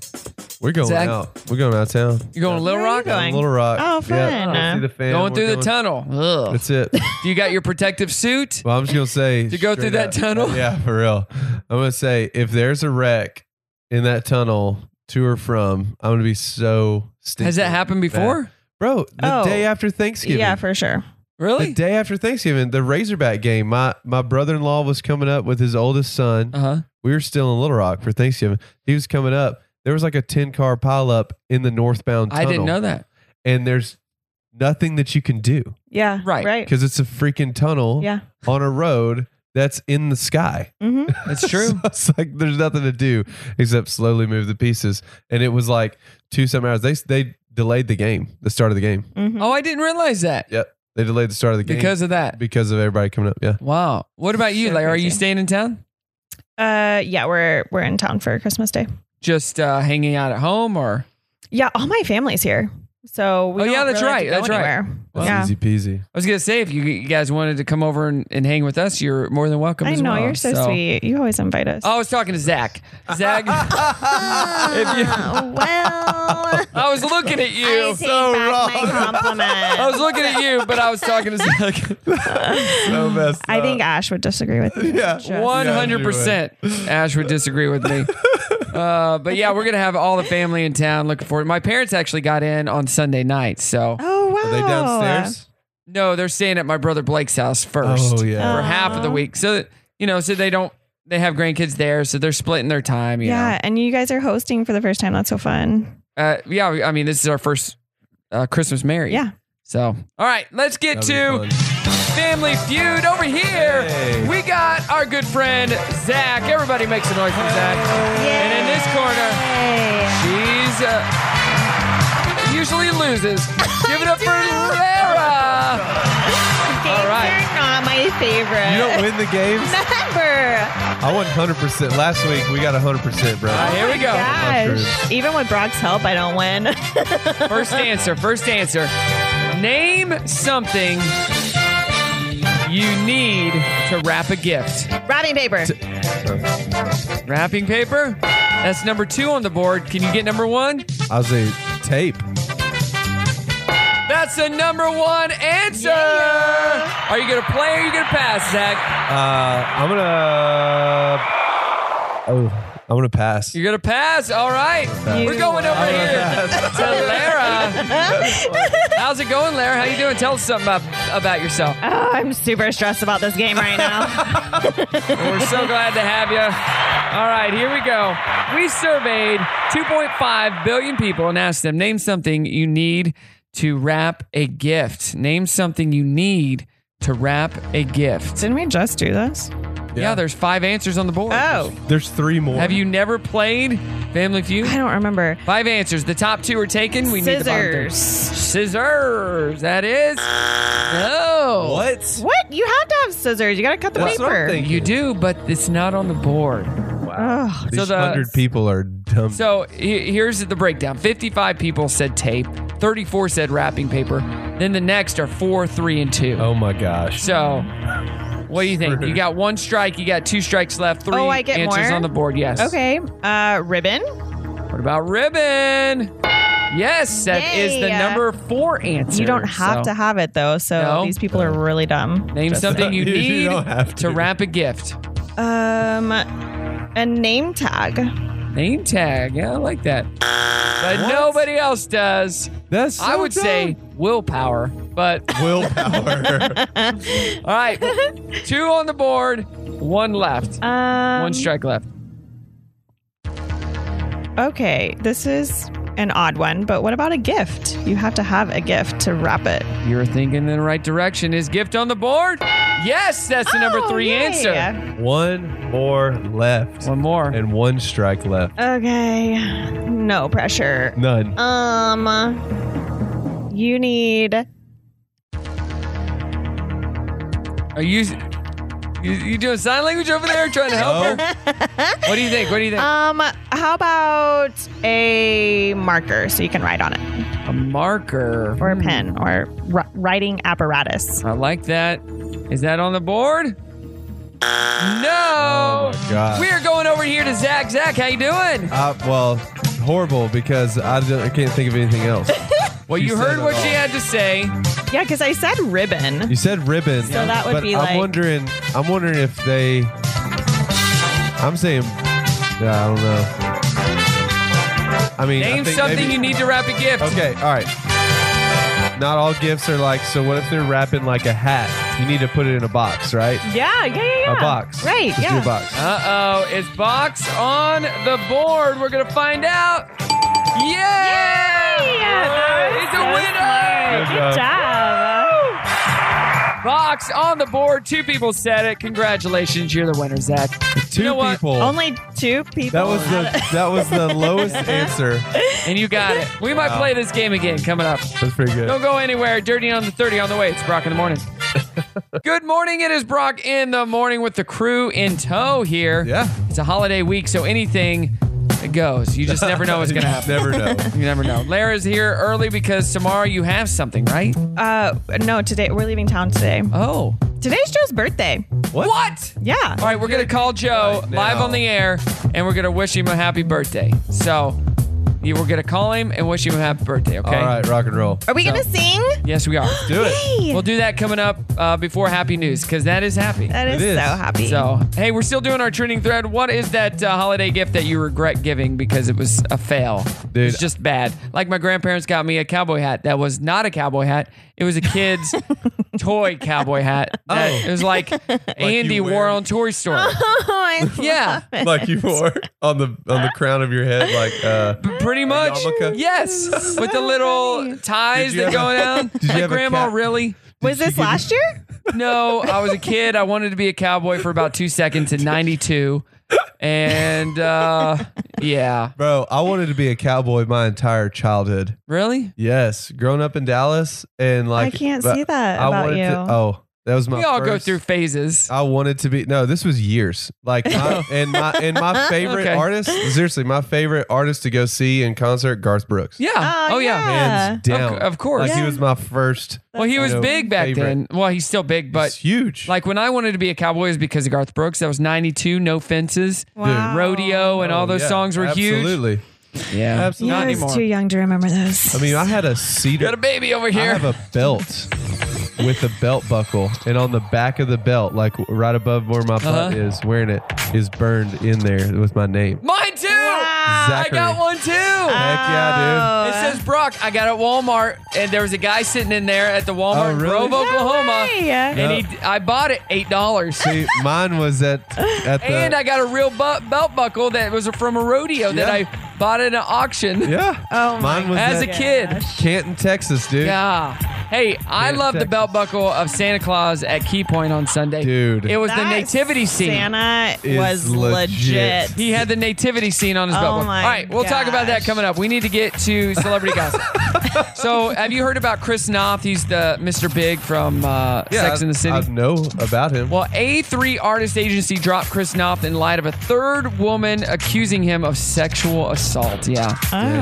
Speaker 6: We're going
Speaker 1: Zach?
Speaker 6: out. We're going out of town.
Speaker 1: You going to Little
Speaker 7: Where are
Speaker 1: Rock?
Speaker 7: you going?
Speaker 6: Little Rock.
Speaker 7: Oh, fun.
Speaker 6: Yeah. See the fam.
Speaker 1: Going through
Speaker 6: We're
Speaker 1: the
Speaker 6: going-
Speaker 1: tunnel.
Speaker 7: Oh.
Speaker 1: Ugh.
Speaker 6: That's it.
Speaker 1: Do you got your protective suit?
Speaker 6: Well, I'm just gonna say
Speaker 1: To go through
Speaker 6: straight
Speaker 1: that
Speaker 6: up-
Speaker 1: tunnel?
Speaker 6: Yeah, for real. I'm gonna say if there's a wreck in that tunnel to or from, I'm gonna be so stinking
Speaker 1: Has that happened
Speaker 6: mad.
Speaker 1: before?
Speaker 6: bro? The
Speaker 7: Oh.
Speaker 6: day after Thanksgiving.
Speaker 7: Yeah, for sure.
Speaker 1: Really?
Speaker 6: The day after Thanksgiving, the Razorback game. My my brother in law was coming up with his oldest son.
Speaker 1: Uh huh.
Speaker 6: We were still in Little Rock for Thanksgiving. He was coming up. There was like a ten car pileup in the northbound.
Speaker 1: I
Speaker 6: Tunnel,
Speaker 1: didn't know that.
Speaker 6: And there's nothing that you can do
Speaker 7: Yeah.
Speaker 1: Right.
Speaker 7: Right.
Speaker 6: because it's a freaking tunnel
Speaker 7: Yeah.
Speaker 6: on a road that's in the sky.
Speaker 7: hmm
Speaker 1: It's true.
Speaker 6: So it's like there's nothing to do except slowly move the pieces. And it was like two some hours. They they delayed the game, the start of the game.
Speaker 7: hmm
Speaker 1: oh, I didn't realize that
Speaker 6: Yep, they delayed the start of the game
Speaker 1: because of that.
Speaker 6: because of everybody coming up. Yeah.
Speaker 1: Wow. What about you?
Speaker 7: So
Speaker 1: Like, are you
Speaker 7: crazy.
Speaker 1: staying in town?
Speaker 7: Uh, yeah, we're we're in town for Christmas Day.
Speaker 1: Just uh, hanging out at home, or
Speaker 7: Yeah, all my family's here, so we
Speaker 1: Oh,
Speaker 7: don't
Speaker 1: yeah, that's
Speaker 7: really have
Speaker 1: right,
Speaker 7: to go
Speaker 1: that's right.
Speaker 7: anywhere.
Speaker 6: That's
Speaker 7: yeah.
Speaker 6: easy peasy.
Speaker 1: I was gonna say if you, you guys wanted to come over and, and hang with us, you're more than welcome.
Speaker 7: I
Speaker 1: as
Speaker 7: know
Speaker 1: well. Oh,
Speaker 7: you're so, sweet. You always invite us.
Speaker 1: I was talking to Zach. Zach, if you,
Speaker 7: Ah, well,
Speaker 1: I was looking at you.
Speaker 7: so wrong. compliment.
Speaker 1: I was looking at you, but I was talking to Zach.
Speaker 6: So messed
Speaker 7: I think Ash would disagree with me.
Speaker 6: Yeah.
Speaker 7: Just-
Speaker 1: One hundred percent. Ash would disagree with me. Uh, but yeah, we're gonna have all the family in town. Looking forward. My parents actually got in on Sunday night, so
Speaker 7: Oh wow.
Speaker 6: Are they downstairs?
Speaker 1: no, they're staying at my brother Blake's house first
Speaker 6: Oh
Speaker 7: Uh,
Speaker 6: yeah.
Speaker 1: for half of the week. So you know, so they don't they have grandkids there, so they're splitting their time. You
Speaker 7: Yeah, and you guys are hosting for the first time. That's so fun.
Speaker 1: know, uh, yeah. I mean, this is our first uh, Christmas married.
Speaker 7: Yeah.
Speaker 1: So, all right, let's get
Speaker 6: That'll be
Speaker 1: to Family Feud over here.
Speaker 6: Hey.
Speaker 1: We got our good friend Zach. Everybody makes a noise for Zach. And in this corner,
Speaker 7: Hey.
Speaker 1: she's uh, usually loses. Give it up for Lara.
Speaker 7: Games
Speaker 1: right.
Speaker 7: are not my favorite.
Speaker 6: You don't win the games.
Speaker 7: Never.
Speaker 6: I won 100%. Last week, we got 100%, bro.
Speaker 1: Uh, here we
Speaker 7: Oh
Speaker 1: go.
Speaker 7: Gosh. Even with Brock's help, I don't win.
Speaker 1: First answer. First answer. Name something you need to wrap a gift.
Speaker 7: Wrapping paper.
Speaker 1: Wrapping paper. That's number two on the board. Can you get number one?
Speaker 6: I was a tape.
Speaker 1: That's the number one answer. Are you gonna play or are you gonna pass, Zach?
Speaker 6: Uh, I'm going to. Oh, I'm going to pass.
Speaker 1: You're gonna pass. All right, we're going over here to Lara. How's it going, Lara? How you doing? Tell us something about, about yourself.
Speaker 7: Oh, I'm super stressed about this game right now.
Speaker 1: We're so glad to have you. All right, here we go. We surveyed 2.5 billion people and asked them name something you need to wrap a gift. Name something you need to wrap a gift.
Speaker 7: Didn't we just do this?
Speaker 1: Yeah, there's five answers on the board.
Speaker 7: Oh,
Speaker 6: There's three more.
Speaker 1: Have you never played Family Feud?
Speaker 7: I don't remember.
Speaker 1: Five answers. The top two are taken. We need the bottom three.
Speaker 7: Scissors.
Speaker 1: Scissors. That is. No.
Speaker 6: What?
Speaker 7: What? You have to have scissors. You got to cut the
Speaker 6: That's what I'm
Speaker 7: paper.
Speaker 6: thinking.
Speaker 1: You do, but it's not on the board.
Speaker 7: Oh,
Speaker 6: These
Speaker 1: So the-
Speaker 6: 100 people are dumb.
Speaker 1: So he- here's the breakdown 55 people said tape, 34 said wrapping paper. Then the next are four, three, and two.
Speaker 6: oh, my gosh.
Speaker 1: So what do you think? You got one strike, you got two strikes left, Three
Speaker 7: Oh, I get
Speaker 1: answers
Speaker 7: more?
Speaker 1: on the board. Yes.
Speaker 7: okay. Uh, ribbon.
Speaker 1: What about ribbon? Yes, that is the
Speaker 7: Yay.
Speaker 1: number four answer.
Speaker 7: You don't have
Speaker 1: So,
Speaker 7: to have it though. So
Speaker 1: No.
Speaker 7: these people are really dumb.
Speaker 1: name
Speaker 7: Just-
Speaker 1: something you
Speaker 6: You
Speaker 1: need
Speaker 6: don't have
Speaker 1: to
Speaker 6: to.
Speaker 1: wrap a gift.
Speaker 7: Um, a name tag.
Speaker 1: Name tag. Yeah, I like that. But nobody else does.
Speaker 6: That's so
Speaker 1: I would say willpower. But
Speaker 6: dumb. willpower.
Speaker 1: all right, two on the board, one left,
Speaker 7: Um,
Speaker 1: one strike left.
Speaker 7: Okay, this is an odd one, but what about a gift? You have to have a gift to wrap it.
Speaker 1: You're thinking in the right direction. Is gift on the board? Yes, that's the number
Speaker 7: Oh,
Speaker 1: three
Speaker 7: yay.
Speaker 1: answer.
Speaker 6: one more left,
Speaker 1: One more.
Speaker 6: and one strike left.
Speaker 7: Okay, no pressure.
Speaker 6: None.
Speaker 1: Uh,
Speaker 7: Um, you need.
Speaker 1: Are you, you you doing sign language over there trying to help her? What do you think? What do you think?
Speaker 7: Um, how about a marker so you can write on it,
Speaker 1: a marker.
Speaker 7: or a
Speaker 6: Hmm.
Speaker 7: pen, or ri- writing apparatus?
Speaker 1: I like that. Is that on the board? No.
Speaker 6: Oh my God.
Speaker 1: we are going over here to Zach. Zach, how you doing?
Speaker 6: Uh, well, horrible because I, don't- I can't think of anything else.
Speaker 1: Well,
Speaker 6: She
Speaker 1: you
Speaker 6: said
Speaker 1: heard
Speaker 6: it
Speaker 1: what
Speaker 6: all.
Speaker 1: she had to say.
Speaker 7: Yeah, because I said ribbon.
Speaker 6: You said ribbon.
Speaker 7: So that would
Speaker 6: but
Speaker 7: be
Speaker 6: I'm
Speaker 7: like-
Speaker 6: wondering. I'm wondering if they. I'm saying. Yeah, I don't know. I mean, I
Speaker 1: Name
Speaker 6: think
Speaker 1: something
Speaker 6: maybe-
Speaker 1: you need to wrap a gift.
Speaker 6: Okay, all right. Not all gifts are like. So what if they're wrapping like a hat? You need to put it in a box, right?
Speaker 7: Yeah, yeah, yeah, yeah.
Speaker 6: A box.
Speaker 7: Right.
Speaker 6: Just
Speaker 7: yeah.
Speaker 6: Do a box.
Speaker 1: Uh oh, is box on the board? We're gonna find out. Yeah!
Speaker 7: Yeah,
Speaker 1: He's a winner!
Speaker 6: Good job.
Speaker 7: Good job.
Speaker 1: Box on the board. Two people said it. Congratulations, you're the winner, Zach.
Speaker 6: Two
Speaker 1: you know what?
Speaker 6: people.
Speaker 7: Only two people.
Speaker 6: that was the that was the lowest answer.
Speaker 1: And you got it. We might play this game again coming up.
Speaker 6: That's pretty good.
Speaker 1: Don't go anywhere. Dirty on the 30 on the way. It's Brock in the morning. Good morning. It is Brock in the morning with the crew in tow here.
Speaker 6: Yeah.
Speaker 1: It's a holiday week, so anything goes. You just never know what's going to
Speaker 6: You
Speaker 1: happen.
Speaker 6: Never know.
Speaker 1: You never know. Lara's here early because tomorrow you have something, right?
Speaker 7: Uh, no, today we're leaving town today.
Speaker 1: Oh.
Speaker 7: Today's Joe's birthday.
Speaker 6: What?
Speaker 1: What?
Speaker 7: Yeah.
Speaker 1: All right, we're going to call Joe
Speaker 6: Right now.
Speaker 1: live on the air and we're going to wish him a happy birthday. So you, we're going to call him and wish him a happy birthday, okay?
Speaker 6: All right, rock and roll.
Speaker 7: Are we gonna sing?
Speaker 1: Yes, we are.
Speaker 6: Do it.
Speaker 7: Yay.
Speaker 1: We'll do that coming up uh, before happy news because that is happy.
Speaker 7: that is,
Speaker 6: It is.
Speaker 7: so happy.
Speaker 1: So, hey, we're still doing our trending thread. What is that uh, holiday gift that you regret giving because it was a fail?
Speaker 6: Dude.
Speaker 1: It's just bad. Like my grandparents got me a cowboy hat that was not a cowboy hat. It was a kid's toy cowboy hat. that-
Speaker 6: Oh.
Speaker 1: It was like, Andy
Speaker 6: you
Speaker 1: wore
Speaker 6: wear-
Speaker 1: on Toy Story.
Speaker 7: Oh, I
Speaker 1: yeah,
Speaker 6: like you wore on the on the crown of your head, like uh
Speaker 1: pretty much.
Speaker 6: yarmulke?
Speaker 1: Yes, with the little ties
Speaker 6: Did you
Speaker 1: that
Speaker 6: have
Speaker 1: go
Speaker 6: a-
Speaker 1: down.
Speaker 6: Did you
Speaker 1: like,
Speaker 6: have a
Speaker 1: Grandma,
Speaker 6: cat-
Speaker 1: really?
Speaker 7: was this last year?
Speaker 1: No, I was a kid. I wanted to be a cowboy for about two seconds in '92, and uh, yeah,
Speaker 6: bro. I wanted to be a cowboy my entire childhood.
Speaker 1: really.
Speaker 6: Yes, grown up in Dallas and like
Speaker 7: can't
Speaker 6: but
Speaker 7: see that about
Speaker 6: wanted
Speaker 7: you.
Speaker 6: To, oh, that was my.
Speaker 1: We all go
Speaker 6: first- Oh,
Speaker 1: through phases.
Speaker 6: I wanted to be no. This was years. Like my, and my and my favorite
Speaker 1: Okay.
Speaker 6: artist. Seriously, my favorite artist to go see in concert, Garth Brooks.
Speaker 1: Yeah.
Speaker 7: Oh,
Speaker 1: oh yeah.
Speaker 7: yeah.
Speaker 6: hands down.
Speaker 1: Of- of course.
Speaker 6: like he
Speaker 1: Yeah.
Speaker 6: was my first.
Speaker 1: Well, he was
Speaker 6: you know,
Speaker 1: big back
Speaker 6: favorite.
Speaker 1: then. Well, he's still big,
Speaker 6: But
Speaker 1: but
Speaker 6: huge.
Speaker 1: like when I wanted to be a cowboy it was because of Garth Brooks. That was '92. No fences,
Speaker 7: Wow.
Speaker 1: rodeo, and all those
Speaker 6: Oh, Yeah,
Speaker 1: songs were huge.
Speaker 6: Absolutely.
Speaker 1: Yeah,
Speaker 6: Absolutely.
Speaker 1: Not
Speaker 7: I was
Speaker 1: anymore.
Speaker 7: too young to remember those.
Speaker 6: I mean, I had a cedar.
Speaker 1: Got a baby over here.
Speaker 6: I have a belt with a belt buckle, and on the back of the belt, like right above where my butt
Speaker 1: Uh-huh.
Speaker 6: is, wearing it is burned in there with my name.
Speaker 1: Mine too. I
Speaker 6: Zachary.
Speaker 1: got one too.
Speaker 7: Uh-huh.
Speaker 6: Heck yeah,
Speaker 1: It says Brock. I got it at Walmart, and there was a guy sitting in there at the Walmart in
Speaker 6: Oh, really?
Speaker 1: Grove,
Speaker 6: No
Speaker 1: Oklahoma.
Speaker 7: way.
Speaker 1: And he, I bought it eight dollars,
Speaker 6: dude. See, mine was at at the.
Speaker 1: Oh. and I got a real bu- belt buckle that was from a rodeo that I
Speaker 6: Yeah.
Speaker 1: bought at an auction.
Speaker 6: yeah.
Speaker 7: Oh my
Speaker 6: mine was
Speaker 1: As a
Speaker 6: at
Speaker 1: kid.
Speaker 6: Canton, Texas, dude.
Speaker 1: Yeah. Hey, I
Speaker 6: Yeah,
Speaker 1: love the
Speaker 6: Texas.
Speaker 1: belt buckle of Santa Claus at Key Point on Sunday.
Speaker 6: Dude.
Speaker 1: It was the
Speaker 7: That
Speaker 1: nativity scene.
Speaker 7: Santa
Speaker 6: Is
Speaker 7: was
Speaker 6: legit.
Speaker 7: legit.
Speaker 1: He had the nativity scene on his
Speaker 7: Oh
Speaker 1: belt buckle.
Speaker 7: my
Speaker 1: All right, we'll talk about that
Speaker 7: gosh.
Speaker 1: coming up. We need to get to celebrity gossip. so, have you heard about Chris Noth? He's the Mr. Big from uh,
Speaker 6: Yeah,
Speaker 1: Sex
Speaker 6: I,
Speaker 1: and the City.
Speaker 6: I know about him.
Speaker 1: Well, A3 Artist Agency dropped Chris Knopf in light of a third woman accusing him of sexual assault. Yeah.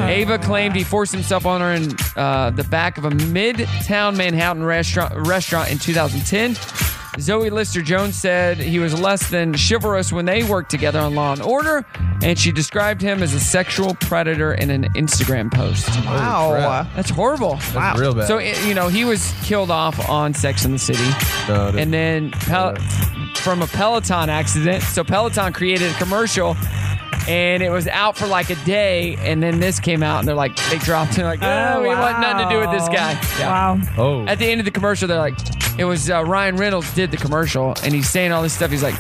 Speaker 1: Ava claimed he forced himself on her in uh, the back of a midtown Manhattan restaurant, restaurant in 2010. Zoe Lister Jones said he was less than chivalrous when they worked together on Law and Order, and she described him as a sexual predator in an Instagram post.
Speaker 7: Wow.
Speaker 1: That's horrible.
Speaker 6: Wow. real bad.
Speaker 1: So, it- you know, he was killed off on Sex in the City.
Speaker 6: No, dude.
Speaker 1: And then Pel- from a Peloton accident. So Peloton created a commercial and it was out for like a day. And then this came out and they're like, they dropped it. Like, oh, we want nothing to do with this guy. Yeah.
Speaker 7: Wow.
Speaker 6: oh,
Speaker 1: At the end of the commercial, they're like, it was uh, Ryan Reynolds did the commercial and he's saying all this stuff. He's like,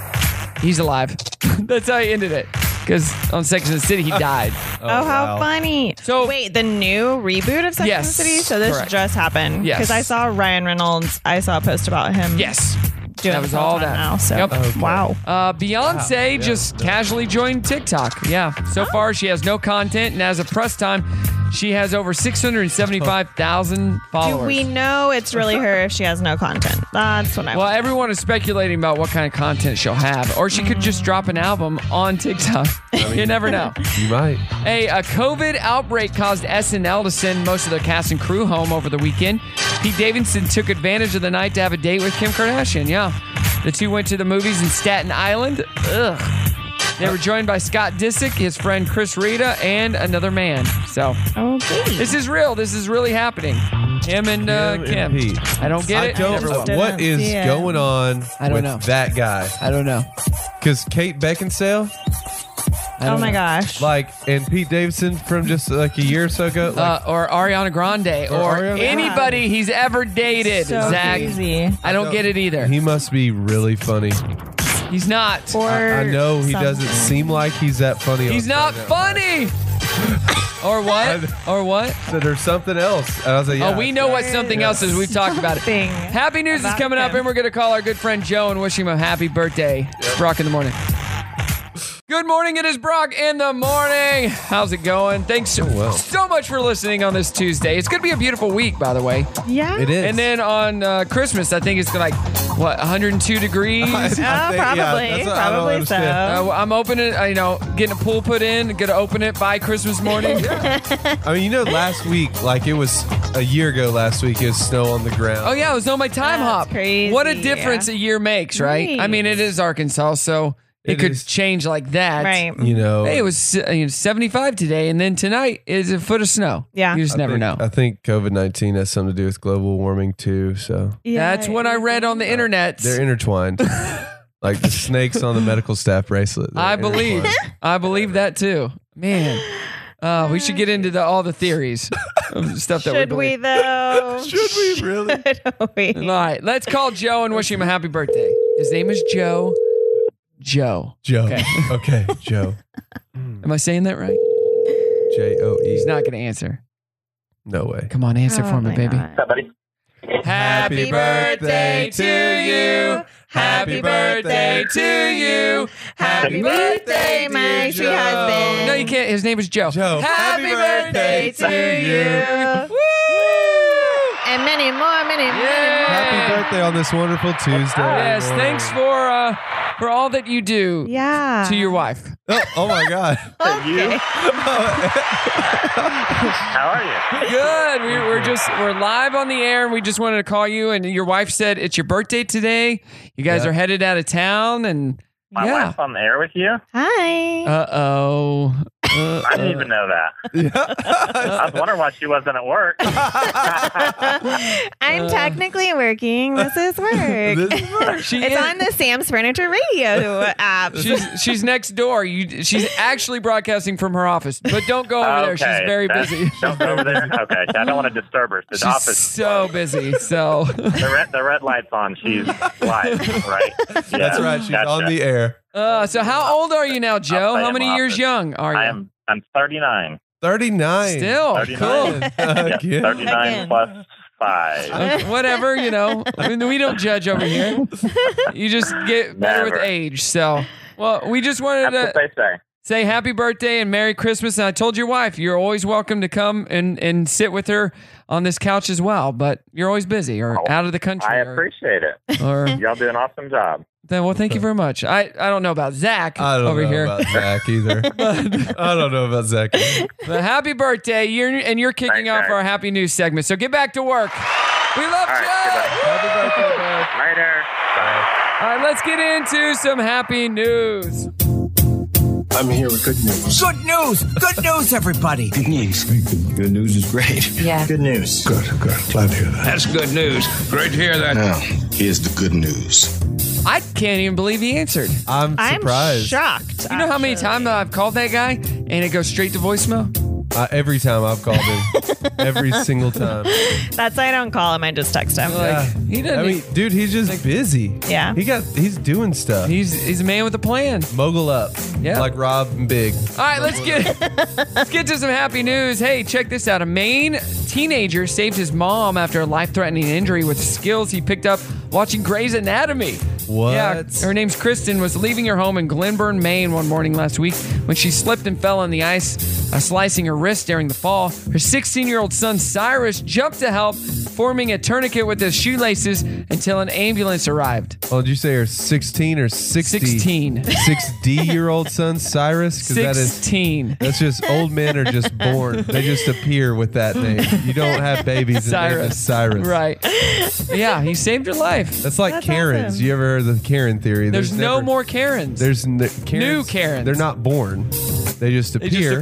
Speaker 1: he's alive. That's how he ended it. Because on Sex in the City, he died.
Speaker 7: Oh, how funny.
Speaker 1: So-
Speaker 7: So wait, the new reboot of Sex
Speaker 1: Yes,
Speaker 7: and the City? So this
Speaker 1: correct.
Speaker 7: just happened.
Speaker 1: Yes.
Speaker 7: Because I saw Ryan Reynolds. I saw a post about him.
Speaker 1: Yes.
Speaker 7: Doing
Speaker 1: that was all
Speaker 7: Peloton
Speaker 1: that.
Speaker 7: now. So Oh,
Speaker 1: Yep.
Speaker 7: wow.
Speaker 1: Uh, Beyonce
Speaker 6: yeah,
Speaker 1: just
Speaker 6: no.
Speaker 1: casually joined TikTok. Yeah. So
Speaker 7: Oh.
Speaker 1: far, she has no content, and as of press time, she has over 675,000 followers.
Speaker 7: Do we know it's really her if she has no content? That's what I
Speaker 1: well,
Speaker 7: want.
Speaker 1: everyone is speculating about what kind of content she'll have, or she could just drop an album on TikTok. you never know.
Speaker 6: you might.
Speaker 1: Hey, a COVID outbreak caused SNL to send most of their cast and crew home over the weekend. Pete Davidson took advantage of the night to have a date with Kim Kardashian. Yeah. The two went to the movies in Staten Island. Ugh. They were joined by Scott Disick, his friend Chris Rita, and another man. So
Speaker 7: Okay.
Speaker 1: this is real. This is really happening. Him and uh,
Speaker 6: Him and
Speaker 1: Kim.
Speaker 6: Pete.
Speaker 1: I don't get
Speaker 6: I
Speaker 1: it.
Speaker 6: don't
Speaker 1: Never will.
Speaker 6: know what is
Speaker 7: Yeah.
Speaker 6: going on
Speaker 1: I don't
Speaker 6: with
Speaker 1: know.
Speaker 6: that guy.
Speaker 1: I don't know.
Speaker 6: Because Kate Beckinsale,
Speaker 1: I don't
Speaker 7: Oh my
Speaker 1: know.
Speaker 7: gosh.
Speaker 6: like, and Pete Davidson from just like a year or so ago, like,
Speaker 1: Uh, or Ariana Grande, or,
Speaker 6: Ariana Grande.
Speaker 1: anybody he's ever dated.
Speaker 7: So
Speaker 1: Zach,
Speaker 7: crazy.
Speaker 1: I don't get it either.
Speaker 6: he must be really funny.
Speaker 1: he's not.
Speaker 7: Or
Speaker 6: I know he doesn't
Speaker 7: something.
Speaker 6: seem like he's that funny.
Speaker 1: He's
Speaker 6: on
Speaker 1: not
Speaker 6: Saturday Night
Speaker 1: funny. or what? Or what?
Speaker 6: Live. So there's something else. And I was like, yeah,
Speaker 1: oh, we know what something else is. We've talked about it.
Speaker 7: Something
Speaker 1: Happy news is
Speaker 7: about
Speaker 1: coming up,
Speaker 7: him.
Speaker 1: and we're going to call our good friend Joe and wish him a happy birthday. It's Brock in the morning. Good morning. It is Brock in the morning. How's it going? Thanks so,
Speaker 6: well.
Speaker 1: so much for listening on this Tuesday. It's going to be a beautiful week, by the way.
Speaker 7: Yeah.
Speaker 6: It is.
Speaker 1: And then on uh, Christmas, I think it's gonna, like, what, 102 degrees?
Speaker 6: I think- yeah,
Speaker 7: probably.
Speaker 6: that's what I don't
Speaker 7: probably so.
Speaker 1: Uh,
Speaker 6: understand.
Speaker 1: I'm opening, uh, you know, getting a pool put in, gonna open it by Christmas morning.
Speaker 6: I mean, you know, last week, like it was a year ago last week, it was snow on the ground.
Speaker 1: Oh yeah, it was on my time hop.
Speaker 7: That's
Speaker 1: What a
Speaker 7: crazy.
Speaker 1: difference a year makes, right? I
Speaker 7: Right.
Speaker 1: mean, it is Arkansas, so it,
Speaker 6: It
Speaker 1: could
Speaker 6: is.
Speaker 1: change like that.
Speaker 7: Right.
Speaker 6: You know,
Speaker 1: Oh, Hey, it was uh, you know, 75 today, and then tonight is a foot of snow.
Speaker 7: Yeah.
Speaker 1: you just
Speaker 6: I
Speaker 1: never
Speaker 6: think-
Speaker 1: know.
Speaker 6: I think COVID 19 has something to do with global warming too. So
Speaker 7: Yeah,
Speaker 1: That's what I read on the internet.
Speaker 6: they're intertwined. like the snakes on the medical staff bracelet. They're
Speaker 1: I believe,
Speaker 6: intertwined.
Speaker 1: I believe that too. Man, uh, we should get into the, all the theories, of stuff that
Speaker 7: Should
Speaker 1: we
Speaker 7: we
Speaker 1: believe.
Speaker 7: though?
Speaker 6: Should we really?
Speaker 7: Should
Speaker 1: All
Speaker 7: we?
Speaker 1: right, let's call Joe and wish him a happy birthday. His name is Joe. Joe,
Speaker 6: Joe.
Speaker 1: Okay.
Speaker 6: Okay, Joe.
Speaker 1: am I saying that right?
Speaker 6: J O E.
Speaker 1: He's not going to answer.
Speaker 6: No way.
Speaker 1: Come on, answer for me,
Speaker 7: Oh my
Speaker 1: baby.
Speaker 7: God.
Speaker 1: Happy birthday to you. Happy birthday to you. Happy birthday, Joe.
Speaker 7: my sweet husband.
Speaker 1: No, you can't. His name is Joe.
Speaker 6: Joe.
Speaker 1: Happy,
Speaker 6: Happy
Speaker 1: birthday,
Speaker 6: birthday
Speaker 1: to you.
Speaker 6: to
Speaker 1: Woo!
Speaker 7: And many more, many more.
Speaker 6: Happy
Speaker 1: Yeah.
Speaker 6: birthday on this wonderful Tuesday.
Speaker 1: Yes,
Speaker 6: morning.
Speaker 1: thanks for uh, for all that you do
Speaker 7: Yeah.
Speaker 1: to your wife.
Speaker 6: Oh, oh my God.
Speaker 7: Okay.
Speaker 9: How are you?
Speaker 1: Good. We, we're just we're live on the air, and we just wanted to call you. And your wife said it's your birthday today. You guys
Speaker 6: Yeah.
Speaker 1: are headed out of town, and
Speaker 9: My
Speaker 1: yeah.
Speaker 9: wife's on the air with you?
Speaker 7: Hi.
Speaker 1: Uh oh. Uh,
Speaker 9: I didn't even know that. I was wondering why she wasn't at work.
Speaker 7: I'm technically working. This is work.
Speaker 6: This is work.
Speaker 1: She
Speaker 7: it's
Speaker 1: uh, is-
Speaker 7: on the Sam's Furniture Radio app.
Speaker 1: She's she's next door. You, she's actually broadcasting from her office, but don't go over there. She's very
Speaker 9: that's-
Speaker 1: busy.
Speaker 9: Don't go over there. Okay, I don't want to disturb her. The
Speaker 1: She's
Speaker 9: office.
Speaker 1: so busy. So
Speaker 9: The red, the red light's on. She's live, right? Yeah,
Speaker 6: That's right. She's
Speaker 9: gotcha.
Speaker 6: on the air.
Speaker 1: uh, so how old are you now, Joe?
Speaker 9: play
Speaker 1: How
Speaker 9: in
Speaker 1: many
Speaker 9: my
Speaker 1: years
Speaker 9: office.
Speaker 1: young are you?
Speaker 9: I am. I'm 39.
Speaker 6: 39.
Speaker 1: Still
Speaker 9: 39. Yeah,
Speaker 6: Again.
Speaker 9: 39
Speaker 7: Again.
Speaker 9: plus five.
Speaker 1: cool. Okay, whatever you know, I mean, we don't judge over here. You just get better with
Speaker 9: Never.
Speaker 1: age. So well, we just wanted
Speaker 9: That's
Speaker 1: to
Speaker 9: what they say.
Speaker 1: say happy birthday and Merry Christmas. And I told your wife you're always welcome to come and and sit with her on this couch as well. But you're always busy or out of the country.
Speaker 9: Oh, I
Speaker 1: or-
Speaker 9: appreciate it.
Speaker 1: or
Speaker 9: Y'all do an awesome job.
Speaker 1: Then, well, thank you very much. I, I don't know about Zach
Speaker 6: I don't
Speaker 1: over
Speaker 6: know
Speaker 1: here,
Speaker 6: about Zach either. I don't know about Zach.
Speaker 1: but happy birthday! You're and you're kicking
Speaker 9: Thanks,
Speaker 1: off
Speaker 9: guys.
Speaker 1: our happy news segment. So get back to work. We love
Speaker 9: All right,
Speaker 1: you.
Speaker 9: goodbye. Later. Bye.
Speaker 1: All right, let's get into some happy news.
Speaker 10: I'm here with good news.
Speaker 5: Good news! Good news, everybody!
Speaker 10: Good news. Good news is great.
Speaker 4: Yeah.
Speaker 9: Good news.
Speaker 10: Good, good. Glad to hear that.
Speaker 5: That's good news. Great to hear that.
Speaker 10: Now, here's the good news.
Speaker 1: I can't even believe he answered.
Speaker 6: I'm
Speaker 7: I'm
Speaker 6: surprised.
Speaker 7: shocked.
Speaker 1: You know how many
Speaker 7: actually.
Speaker 1: times I've called that guy and it goes straight to voicemail?
Speaker 6: Uh, every time I've called him, every single time.
Speaker 7: That's why I don't call him. I just text him.
Speaker 1: Like, he doesn't. e-,
Speaker 6: I mean, dude, he's just busy.
Speaker 7: Yeah.
Speaker 6: he got he's doing stuff.
Speaker 1: he's he's a man with a plan.
Speaker 6: Mogul up,
Speaker 1: Yeah.
Speaker 6: like Rob and Big.
Speaker 1: All right, let's get let's get to some happy news. Hey, check this out. A Maine teenager saved his mom after a life-threatening injury with skills he picked up watching Grey's Anatomy.
Speaker 6: What?
Speaker 1: Yeah, her name's Kristen was leaving her home in Glenburn, Maine one morning last week when she slipped and fell on the ice, uh, slicing her wrist during the fall. Her 16-year-old son Cyrus jumped to help, forming a tourniquet with his shoelaces until an ambulance arrived.
Speaker 6: Oh, did you say her 16 or 60?
Speaker 1: 16.
Speaker 6: 6D year old son Cyrus? Because that is
Speaker 1: 16.
Speaker 6: that's just old men are just born. They just appear with that name. You don't have babies. and they're just Cyrus.
Speaker 1: Right. yeah, he saved her life.
Speaker 6: That's like
Speaker 7: That's
Speaker 6: Karens.
Speaker 7: awesome.
Speaker 6: You ever heard of the Karen theory?
Speaker 1: There's, no
Speaker 6: never-
Speaker 1: more Karens.
Speaker 6: There's n- Karens,
Speaker 1: New Karens.
Speaker 6: They're not born. They just
Speaker 1: they just
Speaker 6: appear.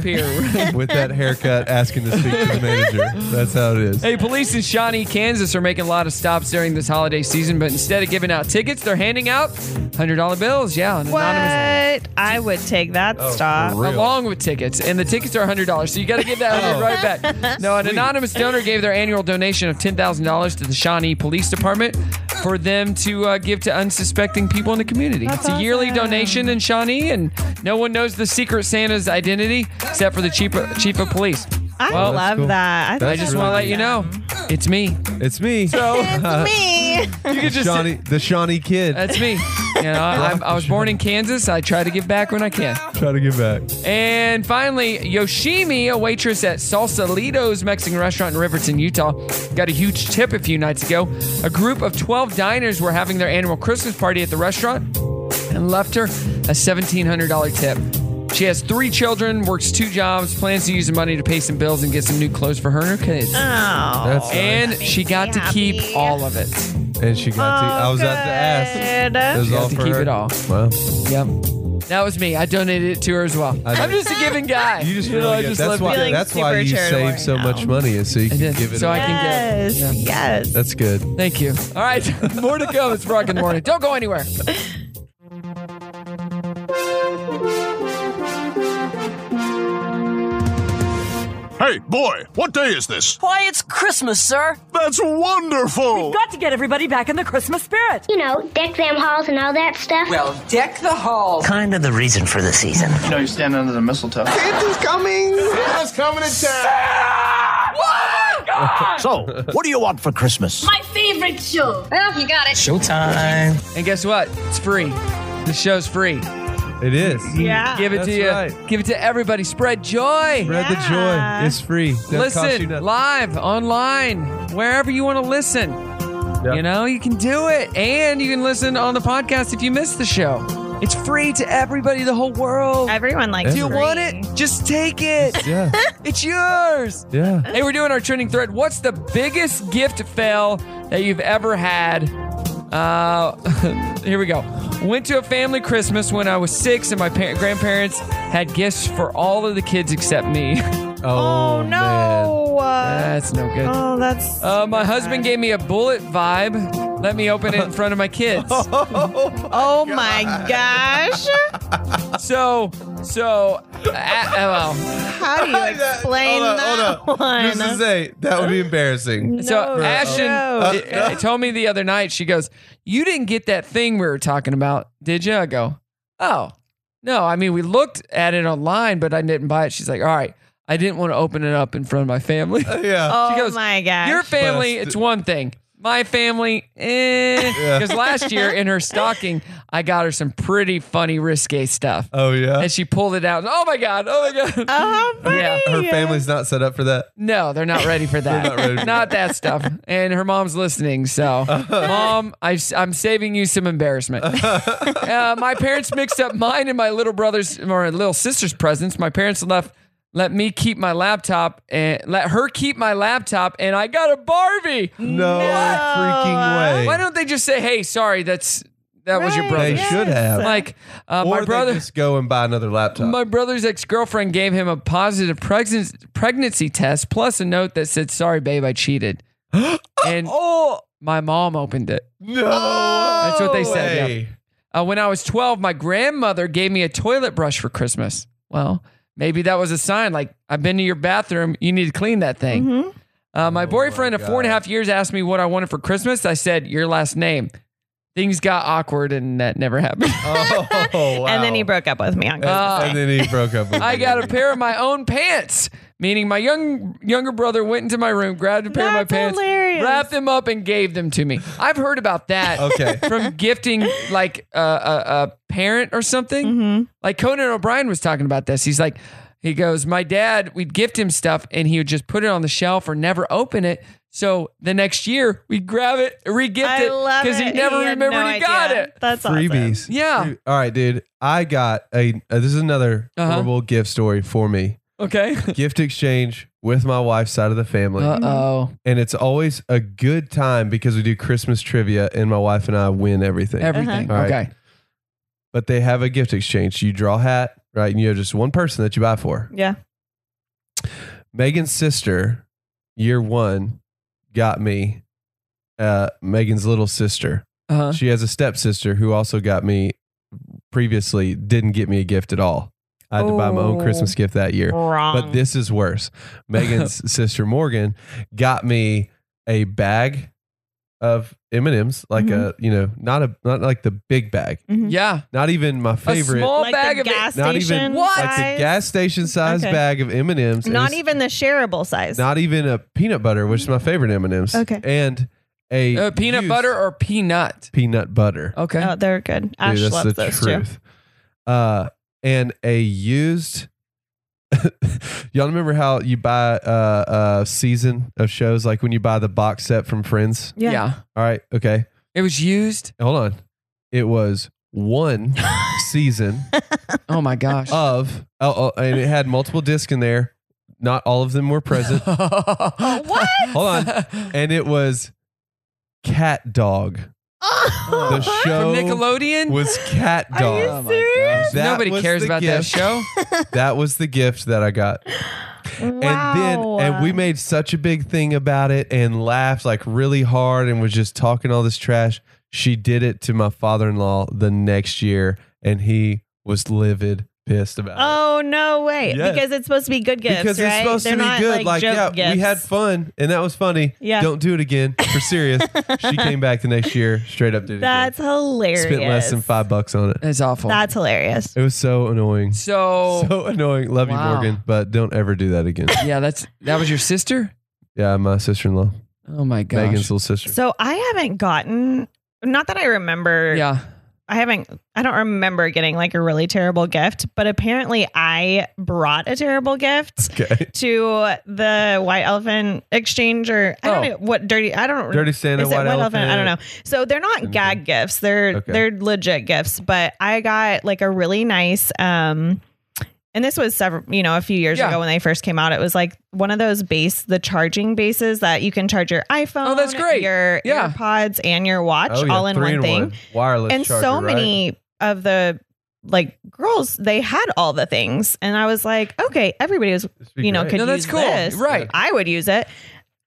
Speaker 1: appear.
Speaker 6: with that haircut, asking to speak to the manager. That's how it is.
Speaker 1: hey, police in Shawnee, Kansas are making a lot of stops during this holiday season, but instead of giving out tickets, they're handing out $100 bills. Yeah, an
Speaker 7: What?
Speaker 1: anonymous-
Speaker 7: I would take that
Speaker 6: for
Speaker 7: stop.
Speaker 6: real?
Speaker 1: Along with tickets, and the tickets are hundred dollars, so you got to give that
Speaker 6: Oh.
Speaker 1: hundred right back. No, an anonymous donor gave their annual donation of ten thousand dollars to the Shawnee Police Department for them to uh, give to unsuspecting people in the community. it's a yearly
Speaker 7: awesome.
Speaker 1: donation in Shawnee, and no one knows the secret Santa's identity except for the chief of, chief of police.
Speaker 7: I
Speaker 1: Well, that's
Speaker 7: love
Speaker 6: cool.
Speaker 7: that. I,
Speaker 6: That's
Speaker 7: think
Speaker 1: I just
Speaker 7: that's
Speaker 1: want to let you know, it's me.
Speaker 6: It's me.
Speaker 7: me.
Speaker 1: You could just. Uh,
Speaker 6: Shawnee, the Shawnee kid.
Speaker 1: That's me. You know, I, I was born in Kansas. I try to give back when I can.
Speaker 6: Try to get back.
Speaker 1: And finally, Yoshimi, a waitress at Sausalito's Mexican restaurant in Riverton, Utah, got a huge tip a few nights ago. A group of 12 diners were having their annual Christmas party at the restaurant and left her a $1,700 tip. She has three children, works two jobs, plans to use the money to pay some bills and get some new clothes for her and her kids.
Speaker 7: Oh.
Speaker 6: That's
Speaker 1: and she got to
Speaker 7: me happy.
Speaker 1: keep all of it.
Speaker 6: and she got to. I was at the ass. It was
Speaker 1: She had
Speaker 6: all
Speaker 1: to
Speaker 6: for
Speaker 1: keep
Speaker 6: her.
Speaker 1: it all.
Speaker 6: Well,
Speaker 1: Yep. That was me. I donated it to her as well.
Speaker 6: I
Speaker 1: I'm
Speaker 6: did.
Speaker 1: just a giving guy.
Speaker 6: you just
Speaker 1: know,
Speaker 6: really
Speaker 1: I
Speaker 6: get-
Speaker 1: just
Speaker 6: that's
Speaker 1: love to
Speaker 6: why
Speaker 1: give.
Speaker 7: Feeling
Speaker 6: that's why you
Speaker 7: super
Speaker 6: save so
Speaker 7: charitable
Speaker 6: much
Speaker 7: right
Speaker 6: money is so you
Speaker 1: I
Speaker 6: can
Speaker 1: did.
Speaker 6: give it.
Speaker 1: So I
Speaker 6: away.
Speaker 1: can-
Speaker 7: Oh, Yes.
Speaker 1: Yeah.
Speaker 7: Yes.
Speaker 6: that's good.
Speaker 1: Thank you. All right, more to come. It's Brock in the morning. Don't go anywhere.
Speaker 10: Hey, boy, what day is this?
Speaker 5: Why, it's Christmas, sir.
Speaker 10: That's wonderful.
Speaker 3: Got to get everybody back in the Christmas spirit.
Speaker 8: You know, deck them halls and all that stuff.
Speaker 2: Well, deck the halls.
Speaker 5: Kind of the reason for the season.
Speaker 9: You know, you stand under the mistletoe.
Speaker 5: So, what do you want for Christmas?
Speaker 8: My favorite show. Well, you got it.
Speaker 5: Showtime.
Speaker 1: And guess what? It's free. The show's free.
Speaker 6: It is.
Speaker 7: Yeah.
Speaker 1: Give it
Speaker 6: That's
Speaker 1: to you.
Speaker 6: right.
Speaker 1: Give it to everybody. Spread joy.
Speaker 6: Spread the
Speaker 7: Yeah.
Speaker 6: joy. It's free. Doesn't cost you
Speaker 1: Listen
Speaker 6: nothing.
Speaker 1: live, online, wherever you want to listen. You know, you can do it. And you can listen on the podcast if you missed the show. It's free to everybody, the whole world.
Speaker 7: Everyone likes
Speaker 1: Do you
Speaker 7: free.
Speaker 1: want it? Just take it.
Speaker 6: Yeah.
Speaker 1: It's yours.
Speaker 6: Yeah.
Speaker 1: Hey, we're doing our trending thread. What's the biggest gift fail that you've ever had? Uh, here we go. Went to a family Christmas when I was six, and my par- grandparents had gifts for all of the kids except me.
Speaker 7: Oh, no.
Speaker 1: That's no good.
Speaker 7: Oh, that's.
Speaker 1: Uh, my husband gave me a bullet vibe. Let me open it in front of my kids.
Speaker 7: oh my gosh.
Speaker 1: So, so, uh, uh, well,
Speaker 7: How do you explain
Speaker 6: hold on,
Speaker 7: that
Speaker 6: hold on.
Speaker 7: one?
Speaker 6: Just to say, that would be embarrassing.
Speaker 1: so
Speaker 7: No
Speaker 1: Ashton
Speaker 7: joke.
Speaker 1: uh, told me the other night. She goes, "You didn't get that thing we were talking about, did you?" I go, "Oh, no. I mean, we looked at it online, but I didn't buy it." She's like, "All right, I didn't want to open it up in front of my family."
Speaker 6: Yeah.
Speaker 7: oh
Speaker 1: goes,
Speaker 7: my gosh.
Speaker 1: Your family,
Speaker 6: Blessed.
Speaker 1: it's one thing. My family, eh. Because last year in her stocking, I got her some pretty funny risque stuff.
Speaker 6: Oh yeah.
Speaker 1: And she pulled it out. Oh my God. Oh my God.
Speaker 7: oh, how funny.
Speaker 1: Yeah.
Speaker 6: Her family's not set up for that.
Speaker 1: No, they're not ready for that.
Speaker 6: not ready for
Speaker 1: that stuff. And her mom's listening. So, mom, I, am saving you some embarrassment. uh, my parents mixed up mine and my little brother's or little sister's presents. My parents left. Let me keep my laptop and let her keep my laptop, and I got a Barbie.
Speaker 6: No, freaking way.
Speaker 1: Why don't they just say, "Hey, sorry, that's that was your
Speaker 7: Right,
Speaker 1: brother.
Speaker 6: They should have.
Speaker 1: Like uh,
Speaker 6: or
Speaker 1: my brother.
Speaker 6: they just go and buy another laptop.
Speaker 1: My brother's ex girlfriend gave him a positive pregnancy, pregnancy test, plus a note that said, Sorry, babe, I cheated. and my mom opened it.
Speaker 6: no,
Speaker 1: That's what they said. yeah.
Speaker 6: way.
Speaker 1: Uh, when I was 12, my grandmother gave me a toilet brush for Christmas. Well, maybe that was a sign like, I've been to your bathroom. You need to clean that thing. Uh, my boyfriend of four and a half years asked me what I wanted for Christmas. I said, Your last name. Things got awkward and that never happened.
Speaker 6: Oh, wow.
Speaker 7: And then he broke up with me on Christmas.
Speaker 1: Uh,
Speaker 6: and then he broke up. With
Speaker 1: I
Speaker 6: me.
Speaker 1: got a pair of my own pants. Meaning, my young younger brother went into my room, grabbed a pair of my
Speaker 7: That's
Speaker 1: pants,
Speaker 7: hilarious.
Speaker 1: wrapped them up, and gave them to me. I've heard about that
Speaker 6: Okay.
Speaker 1: from gifting like a, a, a parent or something.
Speaker 7: Mm-hmm.
Speaker 1: Like Conan O'Brien was talking about this. He's like, he goes, my dad, we'd gift him stuff, and he would just put it on the shelf or never open it. So the next year, we grab it, re-gift
Speaker 7: I
Speaker 1: it
Speaker 7: love it.
Speaker 1: because he never
Speaker 7: had
Speaker 1: remembered
Speaker 7: no
Speaker 1: he got
Speaker 7: idea.
Speaker 1: it.
Speaker 7: That's
Speaker 6: freebies.
Speaker 7: awesome.
Speaker 1: Yeah.
Speaker 6: All right, dude. I got a. Uh, this is another
Speaker 1: Uh-huh.
Speaker 6: horrible gift story for me.
Speaker 1: Okay.
Speaker 6: Gift exchange with my wife's side of the family,
Speaker 1: Uh oh.
Speaker 6: and it's always a good time because we do Christmas trivia, and my wife and I win everything.
Speaker 1: Everything.
Speaker 7: Uh-huh.
Speaker 6: All right.
Speaker 1: Okay.
Speaker 6: but they have a gift exchange. You draw a hat, right? And you have just one person that you buy for.
Speaker 7: Yeah.
Speaker 6: Megan's sister, year one, got me uh, Megan's little sister.
Speaker 1: Uh huh.
Speaker 6: She has a stepsister who also got me previously, didn't get me a gift at all. I had to buy my own
Speaker 7: Oh.
Speaker 6: Christmas gift that year.
Speaker 7: Wrong.
Speaker 6: But this is worse. Megan's sister Morgan got me a bag of M&Ms, like a, you know, not a not like the big bag.
Speaker 1: Yeah.
Speaker 6: Not even my favorite.
Speaker 1: A small
Speaker 7: like
Speaker 1: bag
Speaker 7: the
Speaker 1: of
Speaker 7: gas
Speaker 1: it.
Speaker 6: Not even-
Speaker 7: station
Speaker 1: What?
Speaker 6: like the
Speaker 7: size.
Speaker 6: gas station size
Speaker 7: Okay.
Speaker 6: bag of M and M's.
Speaker 7: Not even the shareable size.
Speaker 6: not even a peanut butter, which is my favorite M and M's.
Speaker 7: Okay.
Speaker 6: and a
Speaker 1: Uh, peanut
Speaker 6: used
Speaker 1: butter or peanut.
Speaker 6: peanut butter.
Speaker 1: Okay.
Speaker 7: oh, they're good. Ash
Speaker 6: Dude,
Speaker 7: loves those too.
Speaker 6: Uh, and a used. Y'all remember how you buy uh, a season of shows, like when you buy the box set from Friends?
Speaker 1: yeah.
Speaker 6: All right, okay,
Speaker 1: It was used.
Speaker 6: hold on. It was one season
Speaker 1: Oh my gosh.
Speaker 7: Uh,
Speaker 6: of, oh, oh, and it had multiple discs in there. Not all of them were present.
Speaker 1: what?
Speaker 6: Hold on. and it was Cat Dog.
Speaker 1: From
Speaker 6: The show
Speaker 1: Nickelodeon?
Speaker 6: was Cat Dog.
Speaker 1: oh my gosh.
Speaker 6: That
Speaker 1: Nobody
Speaker 6: was
Speaker 1: cares
Speaker 6: the
Speaker 1: about that
Speaker 6: gift.
Speaker 1: show.
Speaker 6: That was the gift that I got. And then
Speaker 7: Wow.
Speaker 6: and we made such a big thing about it and laughed like really hard and was just talking all this trash. She did it to my father-in-law the next year and he was livid pissed about it.
Speaker 7: Oh no way!
Speaker 6: Yes.
Speaker 7: Because it's supposed to be good gifts,
Speaker 6: because
Speaker 7: right?
Speaker 6: it's supposed
Speaker 7: They're
Speaker 6: to be
Speaker 7: not
Speaker 6: good. Like,
Speaker 7: Like, joke
Speaker 6: yeah,
Speaker 7: gifts.
Speaker 6: we had fun and that was funny.
Speaker 7: Yeah.
Speaker 6: Don't do it again. For serious. she came back the next year, straight up did it. again.
Speaker 7: That's hilarious.
Speaker 6: Spent less than five bucks on it.
Speaker 1: It's awful.
Speaker 7: That's hilarious.
Speaker 6: It was so annoying.
Speaker 1: so,
Speaker 6: So annoying. Love you,
Speaker 1: Oh. Wow.
Speaker 6: Morgan, but don't ever do that again.
Speaker 1: yeah, that's that was your sister?
Speaker 6: yeah, my sister in law,
Speaker 1: Oh my gosh.
Speaker 6: Megan's little sister.
Speaker 7: So I haven't gotten. Not that I remember.
Speaker 1: yeah.
Speaker 7: I haven't. I don't remember getting like a really terrible gift, but apparently I brought a terrible gift
Speaker 6: okay.
Speaker 7: to the White Elephant Exchange or I don't
Speaker 1: Oh.
Speaker 7: know what dirty. I don't.
Speaker 6: Dirty Santa,
Speaker 7: Is it
Speaker 6: White
Speaker 7: I don't know.
Speaker 6: Elephant.
Speaker 7: So they're not
Speaker 6: Anything.
Speaker 7: gag gifts. They're
Speaker 6: Okay.
Speaker 7: they're legit gifts. But I got like a really nice um and this was several you know, a few years
Speaker 1: Yeah.
Speaker 7: ago when they first came out. It was like one of those base the charging bases that you can charge your iPhone,
Speaker 1: Oh, that's great.
Speaker 7: your
Speaker 1: Yeah.
Speaker 7: AirPods and your watch
Speaker 6: Oh, yeah,
Speaker 7: all in
Speaker 6: three
Speaker 7: one
Speaker 6: in
Speaker 7: thing.
Speaker 6: Wireless
Speaker 7: And
Speaker 6: charger,
Speaker 7: so
Speaker 6: right?
Speaker 7: many of the like girls, they had all the things. And I was like, okay, everybody was
Speaker 6: This would be
Speaker 7: you know,
Speaker 6: great.
Speaker 7: could
Speaker 1: No, that's
Speaker 7: use
Speaker 1: cool.
Speaker 7: this.
Speaker 1: Right.
Speaker 7: I would use it.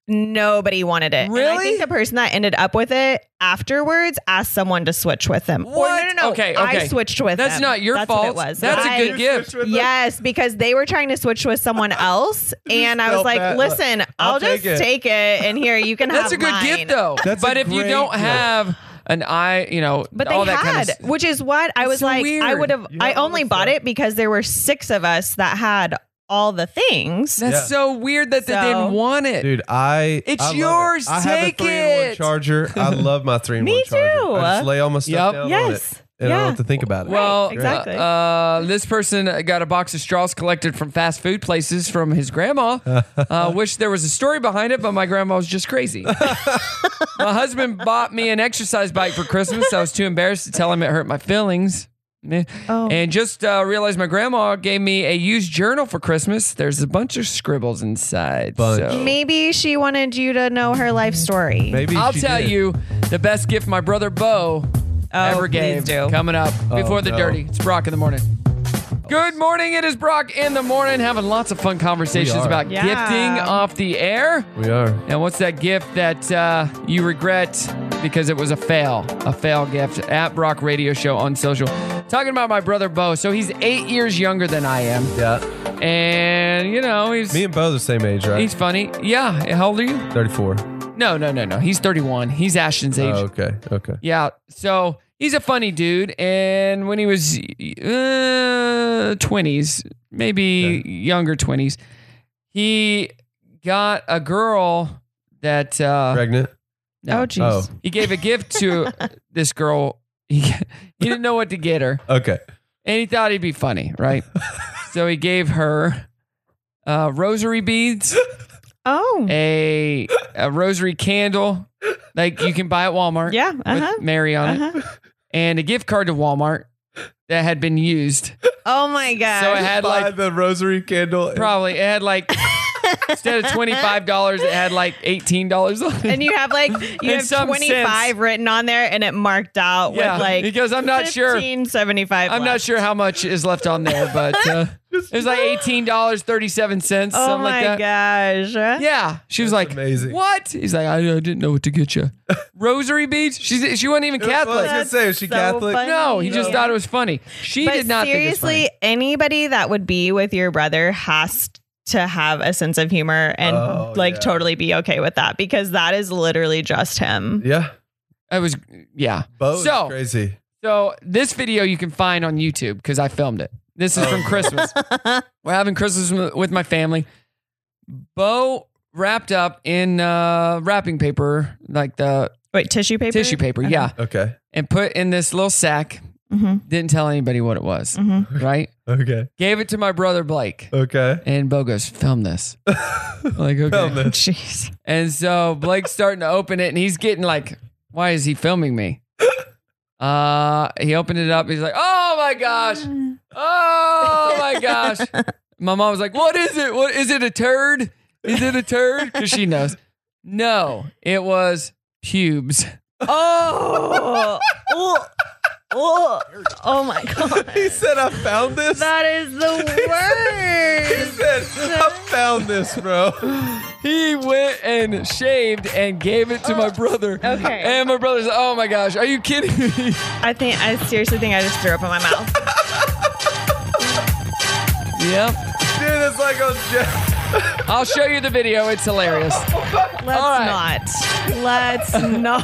Speaker 7: Nobody wanted it. And I
Speaker 1: Really?
Speaker 7: think the person that ended up with it afterwards asked someone to switch with them. Or
Speaker 1: What?
Speaker 7: no, no, no.
Speaker 1: Okay,
Speaker 7: I
Speaker 1: okay.
Speaker 7: switched with
Speaker 1: That's
Speaker 7: them.
Speaker 1: not your
Speaker 7: That's
Speaker 1: fault.
Speaker 7: What it was.
Speaker 1: That's
Speaker 7: I-
Speaker 1: a good gift.
Speaker 7: Yes, because they were trying to switch with someone else, and I was
Speaker 6: felt
Speaker 7: like,
Speaker 6: bad. Look,
Speaker 7: "Listen,
Speaker 6: I'll
Speaker 7: I'll,
Speaker 6: take
Speaker 7: just
Speaker 6: it.
Speaker 7: take it, and here you can
Speaker 1: That's
Speaker 7: have
Speaker 1: a good
Speaker 7: mine.
Speaker 1: gift though.
Speaker 6: That's a
Speaker 1: but if you
Speaker 6: great
Speaker 1: don't
Speaker 6: gift.
Speaker 1: have an eye, you know,
Speaker 7: But they
Speaker 1: all that
Speaker 7: had,
Speaker 1: kind of
Speaker 7: which is what I
Speaker 1: It's
Speaker 7: was
Speaker 1: so
Speaker 7: like. I
Speaker 1: weird.
Speaker 7: would have.
Speaker 6: You
Speaker 7: I
Speaker 6: have all
Speaker 7: only
Speaker 6: this
Speaker 7: bought
Speaker 6: stuff.
Speaker 7: it because there were six of us that had all the things.
Speaker 1: That's
Speaker 6: Yeah.
Speaker 1: so weird that they
Speaker 7: So-
Speaker 1: didn't want it.
Speaker 6: Dude, I
Speaker 1: It's
Speaker 6: I love it.
Speaker 1: yours.
Speaker 6: I have
Speaker 1: Take
Speaker 6: a three in one
Speaker 1: it.
Speaker 6: charger. I love my three in one
Speaker 7: Me
Speaker 6: charger.
Speaker 7: too.
Speaker 6: I just lay all my
Speaker 1: Yep.
Speaker 6: stuff down
Speaker 7: Yes.
Speaker 6: on it, and I
Speaker 7: Yeah.
Speaker 6: don't have to think about it.
Speaker 1: Well,
Speaker 7: Right, exactly.
Speaker 1: uh, uh, this person got a box of straws collected from fast food places from his grandma. Uh, wish there was a story behind it, but my grandma was just crazy. my husband bought me an exercise bike for Christmas. I was too embarrassed to tell him it hurt my feelings. Meh.
Speaker 6: Oh.
Speaker 1: And just uh, realized my grandma gave me a used journal for Christmas. There's a bunch of scribbles inside.
Speaker 6: Bunch.
Speaker 1: so-
Speaker 7: Maybe she wanted you to know her life story.
Speaker 6: maybe
Speaker 1: I'll
Speaker 6: she
Speaker 1: tell
Speaker 6: did.
Speaker 1: you the best gift my brother Bo
Speaker 7: Oh,
Speaker 1: ever gave.
Speaker 7: please do.
Speaker 1: Coming up before the
Speaker 6: Oh, no.
Speaker 1: dirty. It's Brock in the morning. Good morning. It is Brock in the morning having lots of fun
Speaker 6: We
Speaker 1: conversations
Speaker 6: are.
Speaker 1: about
Speaker 7: Yeah.
Speaker 1: gifting off the air.
Speaker 6: We are.
Speaker 1: And what's that gift that uh, you regret because it was a fail? A fail gift at Brock Radio Show on social. Talking about my brother Bo. So he's eight years younger than I am.
Speaker 6: Yeah.
Speaker 1: And, you know, he's.
Speaker 6: Me and Bo the same age, right?
Speaker 1: He's funny. Yeah. How old are you?
Speaker 6: 34.
Speaker 1: No, no, no, no. He's 31. He's Ashton's
Speaker 6: Oh,
Speaker 1: age.
Speaker 6: okay. Okay.
Speaker 1: Yeah. So he's a funny dude. And when he was uh, 20s, maybe younger 20s, he got a girl that. Uh,
Speaker 6: Pregnant?
Speaker 1: no.
Speaker 7: Oh, geez.
Speaker 6: Oh,
Speaker 1: He gave a gift to this girl. He, he didn't know what to get her,
Speaker 6: okay.
Speaker 1: and he thought he'd be funny, right? so he gave her uh, rosary beads,
Speaker 7: Oh,
Speaker 1: a, a rosary candle, like you can buy at Walmart.
Speaker 7: yeah. Uh huh.
Speaker 1: With Mary on
Speaker 7: Uh-huh.
Speaker 1: it, and a gift card to Walmart that had been used.
Speaker 7: Oh my god.
Speaker 1: So it had
Speaker 6: Buy
Speaker 1: like
Speaker 6: the rosary candle.
Speaker 1: probably it had like instead of twenty five dollars, it had like eighteen dollars on it.
Speaker 7: and you have like
Speaker 1: In
Speaker 7: you have
Speaker 1: some
Speaker 7: 25
Speaker 1: sense.
Speaker 7: written on there and it marked out
Speaker 1: Yeah,
Speaker 7: with like
Speaker 1: because I'm not sure.
Speaker 7: 1575
Speaker 1: I'm not
Speaker 7: left.
Speaker 1: sure how much is left on there, but uh, it was like eighteen dollars thirty seven cents,
Speaker 7: oh
Speaker 1: something
Speaker 7: my
Speaker 1: like that.
Speaker 7: gosh
Speaker 1: Yeah, she was like,
Speaker 6: amazing.
Speaker 1: "What?" He's like, "I, I didn't know what to get you." Rosary beads. She she wasn't even
Speaker 6: Well, I was
Speaker 1: Catholic.
Speaker 6: gonna
Speaker 7: That's
Speaker 6: say, is she
Speaker 7: so
Speaker 6: Catholic?
Speaker 7: funny.
Speaker 1: no, he just
Speaker 7: Yeah.
Speaker 1: thought it was funny. She
Speaker 7: but
Speaker 1: did not
Speaker 7: seriously
Speaker 1: think
Speaker 7: anybody that would be with your brother has to have a sense of humor and
Speaker 6: Oh,
Speaker 7: like
Speaker 6: yeah.
Speaker 7: totally be okay with that because that is literally just him
Speaker 6: Yeah.
Speaker 1: it was funny. It was yeah.
Speaker 6: Bo is
Speaker 1: So-
Speaker 6: crazy.
Speaker 1: So this video you can find on YouTube because I filmed it. This is
Speaker 6: Oh.
Speaker 1: from Christmas. We're having Christmas with- with my family. Bo wrapped up in uh, wrapping paper, like the
Speaker 7: wait tissue paper Uh-huh.
Speaker 1: tissue paper, yeah,
Speaker 6: Okay.
Speaker 1: and put in this little sack.
Speaker 7: hmm
Speaker 1: Didn't tell anybody what it was,
Speaker 7: hmm
Speaker 1: right?
Speaker 6: Okay.
Speaker 1: Gave it to my brother Blake.
Speaker 6: Okay.
Speaker 1: And Bo goes, film this. I'm like, okay.
Speaker 6: Film this.
Speaker 7: jeez
Speaker 1: And so Blake's starting to open it and he's getting like, why is he filming me? Uh, he opened it up. He's like, oh my gosh. Oh my gosh. My mom was like, what is it? What is it? A turd? Is it a turd? Cause she knows. No, it was pubes.
Speaker 7: oh oh, oh, oh my god
Speaker 6: He said, I found this.
Speaker 7: that is
Speaker 6: he
Speaker 7: the worst
Speaker 6: said, I found this, bro.
Speaker 1: He went and shaved and gave it to my brother.
Speaker 7: okay.
Speaker 1: And my brother's like, oh my gosh, are you kidding me?
Speaker 7: I think I seriously think I just threw up in my mouth.
Speaker 1: yep.
Speaker 6: Dude, it's like on Jeff.
Speaker 1: I'll show you the video. It's hilarious.
Speaker 7: Let's
Speaker 1: right.
Speaker 7: not. Let's not.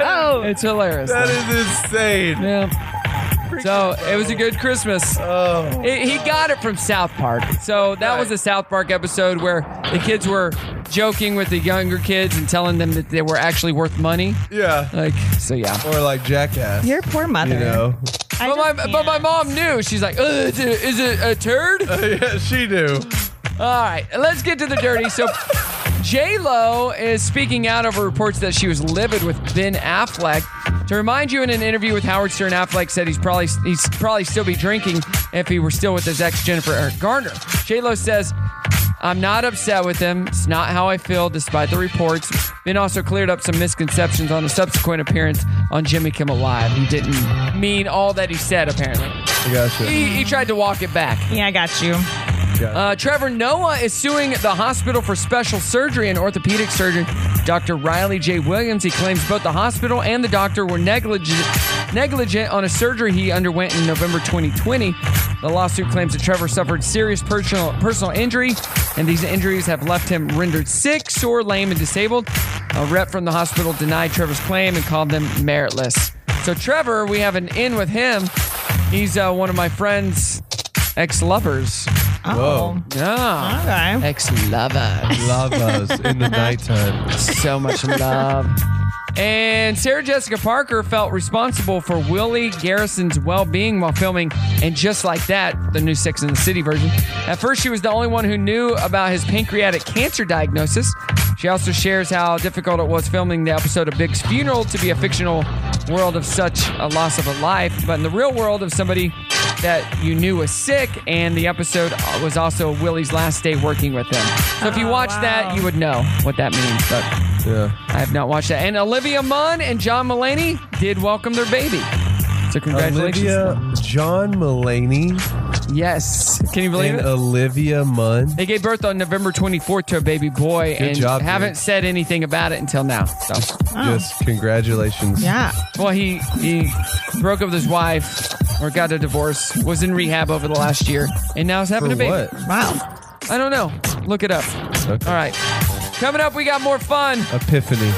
Speaker 7: oh,
Speaker 1: It's hilarious.
Speaker 6: That is insane.
Speaker 1: Yeah. So it was a good Christmas.
Speaker 6: Oh.
Speaker 1: He- he got it from South Park. So that was a South Park episode where the kids were joking with the younger kids and telling them that they were actually worth money.
Speaker 6: Yeah.
Speaker 1: Like, so yeah.
Speaker 6: Or like jackass.
Speaker 7: your poor mother.
Speaker 6: you know?
Speaker 7: I
Speaker 1: But my,
Speaker 7: just
Speaker 1: but my
Speaker 7: can't.
Speaker 1: mom knew. She's like, "Uh, is it- is it a turd?
Speaker 6: yeah, she knew.
Speaker 1: All right, let's get to the dirty. So, J Lo is speaking out over reports that she was livid with Ben Affleck. To remind you, in an interview with Howard Stern, Affleck said he's probably he's probably still be drinking if he were still with his ex Jennifer Eric Garner. J Lo says. I'm not upset with him. It's not how I feel, despite the reports. Ben also cleared up some misconceptions on a subsequent appearance on Jimmy Kimmel Live. He didn't mean all that he said, apparently.
Speaker 6: I gotcha.
Speaker 1: He, he tried to walk it back.
Speaker 7: Yeah, I got you.
Speaker 1: Uh, Trevor Noah is suing the hospital for special surgery and orthopedic surgeon Dr. Riley J. Williams. He claims both the hospital and the doctor were negligent negligent on a surgery he underwent in November 2020. The lawsuit claims that Trevor suffered serious personal personal injury, and these injuries have left him rendered sick, sore, lame, and disabled. A rep from the hospital denied Trevor's claim and called them meritless. So Trevor, we have an in with him. He's uh, one of my friend's ex-lovers.
Speaker 6: Whoa.
Speaker 1: Yeah.
Speaker 7: Oh, Okay.
Speaker 1: Ex lover.
Speaker 6: Lavas in the nighttime.
Speaker 1: so much love. And Sarah Jessica Parker felt responsible for Willie Garrison's well being while filming, and just like that, the new Sex in the City version. At first, she was the only one who knew about his pancreatic cancer diagnosis. She also shares how difficult it was filming the episode of Big's funeral to be a fictional world of such a loss of a life, but in the real world of somebody that you knew was sick, and the episode was also Willie's last day working with him. So if you watch that, you would know what that means. But
Speaker 6: Yeah.
Speaker 1: I have not watched that. And Olivia Munn and John Mulaney did welcome their baby. So congratulations.
Speaker 6: Olivia, John Mulaney,
Speaker 1: Yes. Can you believe
Speaker 6: and
Speaker 1: it?
Speaker 6: Olivia Munn.
Speaker 1: They gave birth on November 24th to a baby boy
Speaker 6: Good
Speaker 1: and
Speaker 6: job, dude.
Speaker 1: haven't said anything about it until now. So,
Speaker 6: Just congratulations.
Speaker 7: Yeah.
Speaker 1: well, he he broke up with his wife or got a divorce, was in rehab over the last year, and now is
Speaker 6: For
Speaker 1: having a baby.
Speaker 6: what?
Speaker 7: Wow.
Speaker 1: I don't know. Look it up.
Speaker 6: Okay.
Speaker 1: All right. Coming up, we got more fun.
Speaker 6: Epiphany.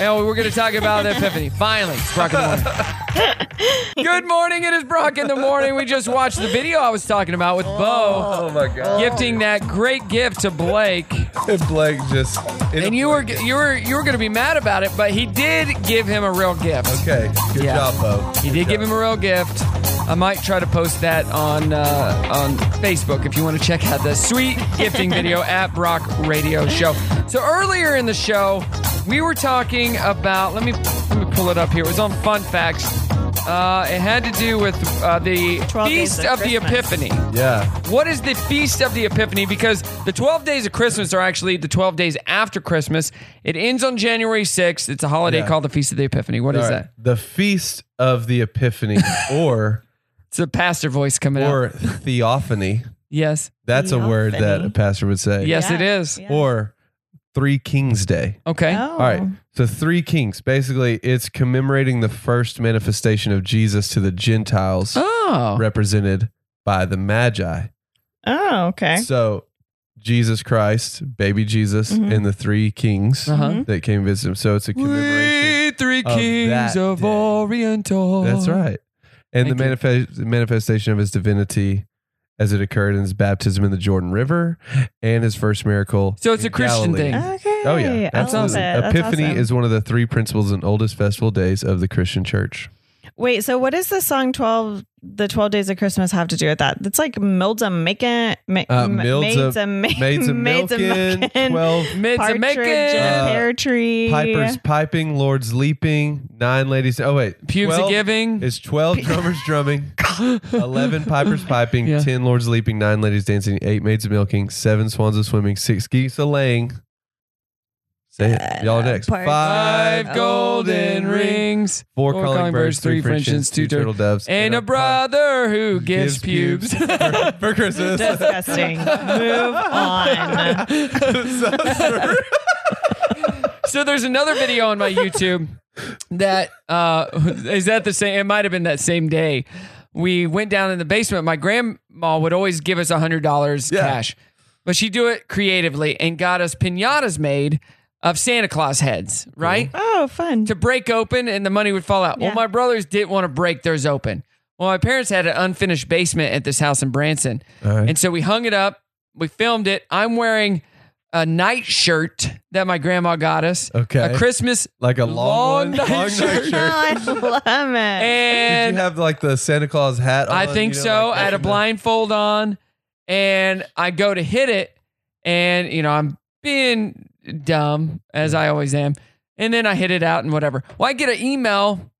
Speaker 1: Oh, we're going to talk about Epiphany. Finally, it's Brock in the morning. Good morning. It is Brock in the morning. We just watched the video I was talking about with Bo
Speaker 6: Oh my God.
Speaker 1: gifting that great gift to Blake.
Speaker 6: Blake just.
Speaker 1: And you were you were you were going to be mad about it, but he did give him a real gift.
Speaker 6: Okay. Good
Speaker 1: Yeah.
Speaker 6: job, Bo.
Speaker 1: He did give him a real gift. I might try to post that on uh, on Facebook if you want to check out the sweet gifting video at Brock Radio Show. So earlier in the show, we were talking about. Let me let me pull it up here. It was on Fun Facts. Uh, it had to do with uh, the
Speaker 7: 12 days
Speaker 1: Feast
Speaker 7: of
Speaker 1: of, the
Speaker 7: Christmas.
Speaker 1: Epiphany.
Speaker 6: Yeah.
Speaker 1: What is the Feast of the Epiphany? Because the 12 days of Christmas are actually the 12 days after Christmas. It ends on January 6th. It's a holiday
Speaker 6: Yeah.
Speaker 1: called the Feast of the Epiphany. What is
Speaker 6: All right.
Speaker 1: that?
Speaker 6: The Feast of the Epiphany or
Speaker 1: It's a pastor voice coming out.
Speaker 6: or Theophany.
Speaker 1: Yes.
Speaker 6: That's a word that
Speaker 7: Theophany.
Speaker 6: a pastor would say.
Speaker 1: Yes, it is.
Speaker 7: Yeah.
Speaker 6: Or Three Kings Day.
Speaker 1: Okay.
Speaker 7: Oh.
Speaker 6: All right. So Three Kings, basically it's commemorating the first manifestation of Jesus to the Gentiles
Speaker 1: Oh.
Speaker 6: represented by the Magi.
Speaker 7: Oh,
Speaker 1: Eh?
Speaker 7: okay.
Speaker 6: So Jesus Christ, baby Jesus,
Speaker 7: Mhm.
Speaker 6: and the three kings
Speaker 1: Mm-hmm. Uh-huh.
Speaker 6: that came visit him. So it's a commemoration.
Speaker 1: We three
Speaker 6: of
Speaker 1: kings
Speaker 6: that
Speaker 1: of
Speaker 6: day.
Speaker 1: Oriental.
Speaker 6: That's right. And the
Speaker 1: Thank you.
Speaker 6: manifest- manifestation of his divinity as it occurred in his baptism in the Jordan River and his first miracle.
Speaker 1: So it's
Speaker 6: in
Speaker 1: a Christian
Speaker 6: Galilee.
Speaker 1: thing.
Speaker 7: Okay.
Speaker 6: Oh, yeah.
Speaker 7: I love
Speaker 6: Absolutely.
Speaker 7: it. That's
Speaker 6: Epiphany
Speaker 7: awesome.
Speaker 6: is one of the three principles and oldest festival days of the Christian church.
Speaker 7: Wait, so what does the song 12, the 12 Days of Christmas have to do with that? It's like Milds a Making, ma-
Speaker 6: Uh,
Speaker 7: m-
Speaker 6: Milds
Speaker 7: Maids a
Speaker 6: a-
Speaker 7: Ma-
Speaker 6: Maids of
Speaker 7: Maids a
Speaker 6: Milken,
Speaker 7: Milken,
Speaker 6: 12
Speaker 1: Mids are
Speaker 7: Partridge
Speaker 1: making
Speaker 7: in
Speaker 6: Uh,
Speaker 7: a Pear Tree.
Speaker 6: pipers piping, lords leaping, nine ladies. Oh, wait.
Speaker 1: pubes a
Speaker 6: 12
Speaker 1: giving.
Speaker 6: It's 12 drummers drumming, 11 pipers piping,
Speaker 1: Yeah.
Speaker 6: 10 lords leaping, 9 ladies dancing, 8 maids a milking, 7 swans a swimming, 6 geese a laying. Say it. Y'all are next.
Speaker 7: Pardon.
Speaker 1: Uh, Five golden rings,
Speaker 6: 4 calling, birds, 3 Frenchins, 2 turtle doves,
Speaker 1: and a brother who gives pubes.
Speaker 6: for, for Christmas.
Speaker 7: Disgusting. Move on.
Speaker 1: so there's another video on my YouTube that uh is that the same it might have been that same day. We went down in the basement. My grandma would always give us a hundred dollars
Speaker 6: Yeah.
Speaker 1: cash. But she'd do it creatively and got us pinatas made of Santa Claus heads, right?
Speaker 7: Oh, fun.
Speaker 1: to break open and the money would fall out.
Speaker 7: Yeah.
Speaker 1: Well, my brothers didn't want to break theirs open. Well, my parents had an unfinished basement at this house in Branson.
Speaker 6: All right.
Speaker 1: And so we hung it up, we filmed it. I'm wearing a night shirt that my grandma got us.
Speaker 6: Okay.
Speaker 1: A Christmas
Speaker 6: Like a
Speaker 1: Long
Speaker 6: long, one,
Speaker 1: night
Speaker 6: long
Speaker 1: shirt.
Speaker 7: Oh, I love it.
Speaker 6: Did you
Speaker 1: and
Speaker 6: have like the Santa Claus hat on?
Speaker 1: I think
Speaker 6: Uh, you know,
Speaker 1: so.
Speaker 6: like
Speaker 1: I had a
Speaker 6: that?
Speaker 1: blindfold on and I go to hit it and you know, I'm being dumb as I always am. And then I hit it out and whatever. Well, I get an email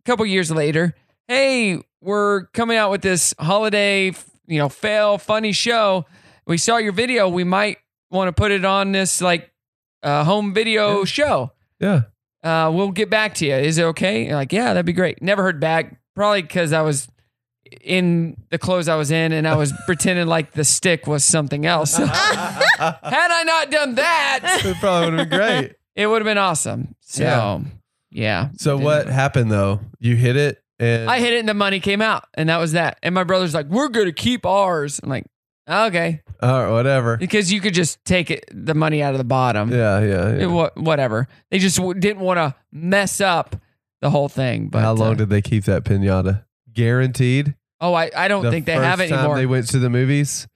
Speaker 1: a couple years later. Hey, we're coming out with this holiday, f- you know, fail funny show. We saw your video. We might want to put it on this like uh, home video show
Speaker 6: Yeah.
Speaker 1: uh, we'll get back to you. Is it okay? You're like, yeah, that'd be great. Never heard back. Probably because I was in the clothes I was in and I was pretending like the stick was something else. Had I not done that,
Speaker 6: It probably would have been great.
Speaker 1: it would have been awesome. So, yeah.
Speaker 6: Yeah. So what happened though? You hit it and
Speaker 1: I hit it and the money came out, and that was that. And my brother's like, we're going to keep ours. I'm like, okay.
Speaker 6: or whatever.
Speaker 1: Because you could just take it, the money out of the bottom.
Speaker 6: Yeah, yeah.
Speaker 1: It
Speaker 6: yeah.
Speaker 1: wa- whatever. They just w- didn't want to mess up the whole thing. But
Speaker 6: How long
Speaker 1: uh,
Speaker 6: did they keep that pinata? Guaranteed.
Speaker 1: Oh, I, I don't
Speaker 6: The
Speaker 1: think they have
Speaker 6: first
Speaker 1: it
Speaker 6: time
Speaker 1: anymore.
Speaker 6: They went to the movies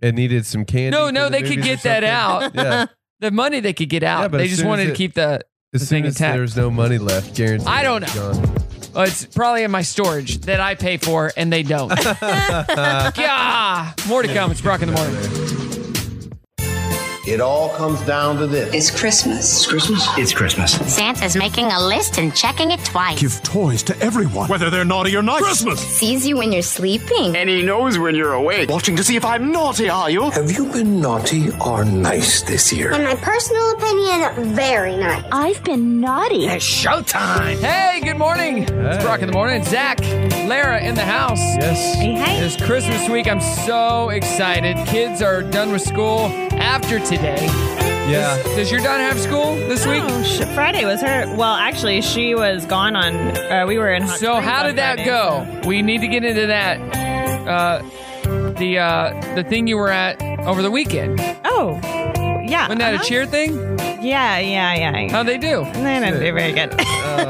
Speaker 6: and needed some candy.
Speaker 1: No,
Speaker 6: for
Speaker 1: no,
Speaker 6: the
Speaker 1: they could
Speaker 6: movies or
Speaker 1: get that
Speaker 6: something. Yeah,
Speaker 1: the money they could get out.
Speaker 6: Yeah, but
Speaker 1: they
Speaker 6: as
Speaker 1: just
Speaker 6: soon as
Speaker 1: wanted to
Speaker 6: it-
Speaker 1: keep the. The
Speaker 6: as soon
Speaker 1: thing
Speaker 6: as
Speaker 1: intact.
Speaker 6: there's no money left, guaranteed.
Speaker 1: I don't
Speaker 6: it's
Speaker 1: know.
Speaker 6: gone.
Speaker 1: Oh, it's probably in my storage that I pay for, and they don't. yeah, more to come. It's Brock in the morning.
Speaker 11: It all comes down to this.
Speaker 12: It's Christmas. It's Christmas?
Speaker 11: It's Christmas.
Speaker 13: Santa's making a list and checking it twice.
Speaker 10: Give toys to everyone, whether they're naughty or not.
Speaker 13: Sees you when you're sleeping.
Speaker 14: And he knows when you're awake. Watching to see if I'm naughty, are you?
Speaker 15: Have you been naughty or nice this year?
Speaker 16: In my personal opinion, very nice.
Speaker 17: I've been naughty.
Speaker 14: It's showtime.
Speaker 1: Hey, good morning. It's Brock in the morning. Zach, Lara in the house.
Speaker 6: Yes.
Speaker 7: Hey, hey.
Speaker 1: It's Christmas week. I'm so excited. Kids are done with school after today.
Speaker 6: Yeah.
Speaker 1: Does, does your daughter have school this week?
Speaker 7: Oh, sh- Friday was her. Well, actually, she was gone on. Uh, we were in. Hot
Speaker 1: So
Speaker 7: Springs
Speaker 1: how
Speaker 7: on
Speaker 1: did that
Speaker 7: Friday,
Speaker 1: go?
Speaker 7: so-
Speaker 1: We need to get into that. Uh, the uh, the thing you were at over the weekend.
Speaker 7: Oh, yeah.
Speaker 1: Wasn't that
Speaker 7: uh-huh.
Speaker 1: a cheer thing?
Speaker 7: Yeah, yeah, yeah.
Speaker 1: How'd they do?
Speaker 7: They didn't do very good.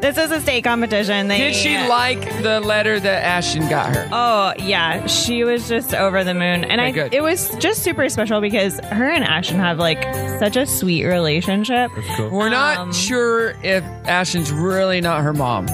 Speaker 7: this is a state competition. They,
Speaker 1: Did she like the letter that Ashton got her?
Speaker 7: Oh yeah, she was just over the moon,
Speaker 1: Okay,
Speaker 7: and I.
Speaker 1: good.
Speaker 7: It was just super special because her and Ashton have like such a sweet relationship.
Speaker 1: We're not
Speaker 7: um,
Speaker 1: sure if Ashton's really not her mom.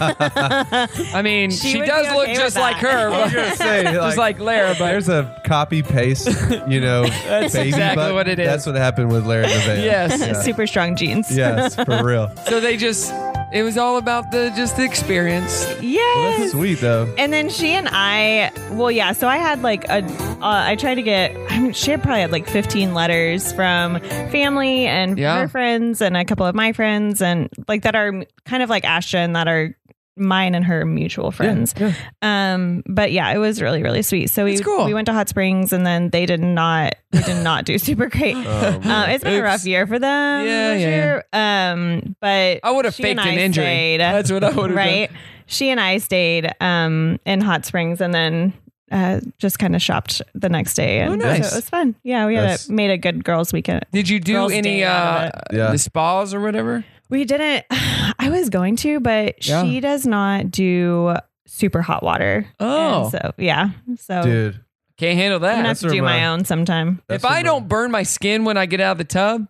Speaker 1: I mean, she,
Speaker 7: She would
Speaker 1: does
Speaker 7: be
Speaker 1: look
Speaker 7: okay
Speaker 1: just
Speaker 7: with
Speaker 1: like
Speaker 7: that.
Speaker 1: her,
Speaker 7: I was
Speaker 1: but
Speaker 7: gonna
Speaker 6: say,
Speaker 1: just like Lara. But
Speaker 6: There's a copy paste, you know.
Speaker 1: That's
Speaker 6: baby
Speaker 1: exactly
Speaker 6: button.
Speaker 1: what it is.
Speaker 6: That's what happened with Larry Nevada.
Speaker 1: Yes.
Speaker 6: Yeah.
Speaker 7: super strong genes.
Speaker 6: yes, for real.
Speaker 1: so they just, it was all about the just the experience.
Speaker 7: Yes.
Speaker 6: That's sweet though.
Speaker 7: And then she and I, well, yeah. So I had like a, uh, I tried to get. I mean, she had probably had like fifteen letters from family and
Speaker 1: Yeah.
Speaker 7: her friends and a couple of my friends and like that are kind of like Asha and that are mine and her mutual friends. Um, but yeah, it was really really sweet. So we
Speaker 1: That's cool.
Speaker 7: we went to Hot Springs and then they did not they did not do super great. Uh, it's been a rough
Speaker 1: Oops.
Speaker 7: year for them.
Speaker 1: Oh, Yeah,
Speaker 7: this
Speaker 1: yeah,
Speaker 7: year. Um, but
Speaker 1: I would have
Speaker 7: she and
Speaker 1: faked an
Speaker 7: I
Speaker 1: injury.
Speaker 7: stayed.
Speaker 1: That's what I would have
Speaker 7: Right. She and I stayed um, in Hot Springs and then uh, just kind of shopped the next day. And
Speaker 1: Oh, nice.
Speaker 7: so it was fun. Yeah, we had
Speaker 6: Nice.
Speaker 7: a, made a good girls' weekend.
Speaker 1: Did you do
Speaker 7: Girls'
Speaker 1: any
Speaker 7: day out
Speaker 1: uh,
Speaker 7: of
Speaker 6: it. Yeah.
Speaker 1: the spas or whatever?
Speaker 7: We didn't. I was going to, but
Speaker 1: Yeah.
Speaker 7: she does not do super hot water.
Speaker 1: Oh.
Speaker 7: And so yeah. So
Speaker 6: Dude.
Speaker 1: Can't handle
Speaker 7: I'm gonna
Speaker 1: that.
Speaker 7: have to do my
Speaker 6: remind-
Speaker 7: own sometime.
Speaker 1: If I don't burn my skin when I get out of the tub,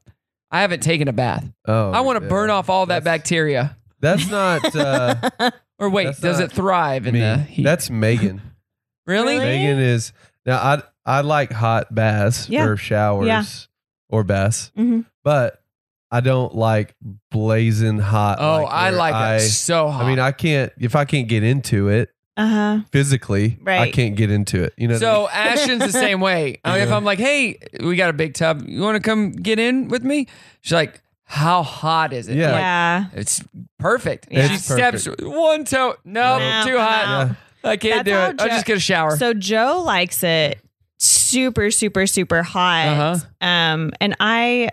Speaker 1: I haven't taken a bath.
Speaker 6: Oh,
Speaker 1: I want to
Speaker 6: yeah.
Speaker 1: burn off all that bacteria.
Speaker 6: That's not uh,
Speaker 1: Or wait,
Speaker 6: That's
Speaker 1: does
Speaker 6: not
Speaker 1: it thrive in
Speaker 6: me.
Speaker 1: the heat?
Speaker 6: That's Megan.
Speaker 1: really?
Speaker 7: Really?
Speaker 6: Megan is now. I I like hot baths
Speaker 7: Yeah.
Speaker 6: or showers
Speaker 7: Yeah.
Speaker 6: or baths,
Speaker 7: Mhm.
Speaker 6: but I don't like blazing hot.
Speaker 1: Oh, I
Speaker 6: where
Speaker 1: like
Speaker 6: I,
Speaker 1: it so hot.
Speaker 6: I mean, I can't if I can't get into it
Speaker 7: Uh huh.
Speaker 6: physically. I
Speaker 7: Right.
Speaker 6: can't get into it. You know. what I mean?
Speaker 1: So Ashton's the same way. I mean, if
Speaker 6: Yeah.
Speaker 1: I'm like, hey, we got a big tub. You want to come get in with me? She's like, how hot is it?
Speaker 6: Yeah.
Speaker 1: I'm like,
Speaker 7: Yeah.
Speaker 1: it's perfect.
Speaker 7: It's
Speaker 1: she steps one toe. No,
Speaker 7: No,
Speaker 1: too hot.
Speaker 7: no.
Speaker 1: I can't do
Speaker 7: That's how
Speaker 1: it. i will
Speaker 7: Jo-
Speaker 1: just get a shower.
Speaker 7: So Joe likes it super, super, super hot.
Speaker 1: Uh-huh.
Speaker 7: Um, and I,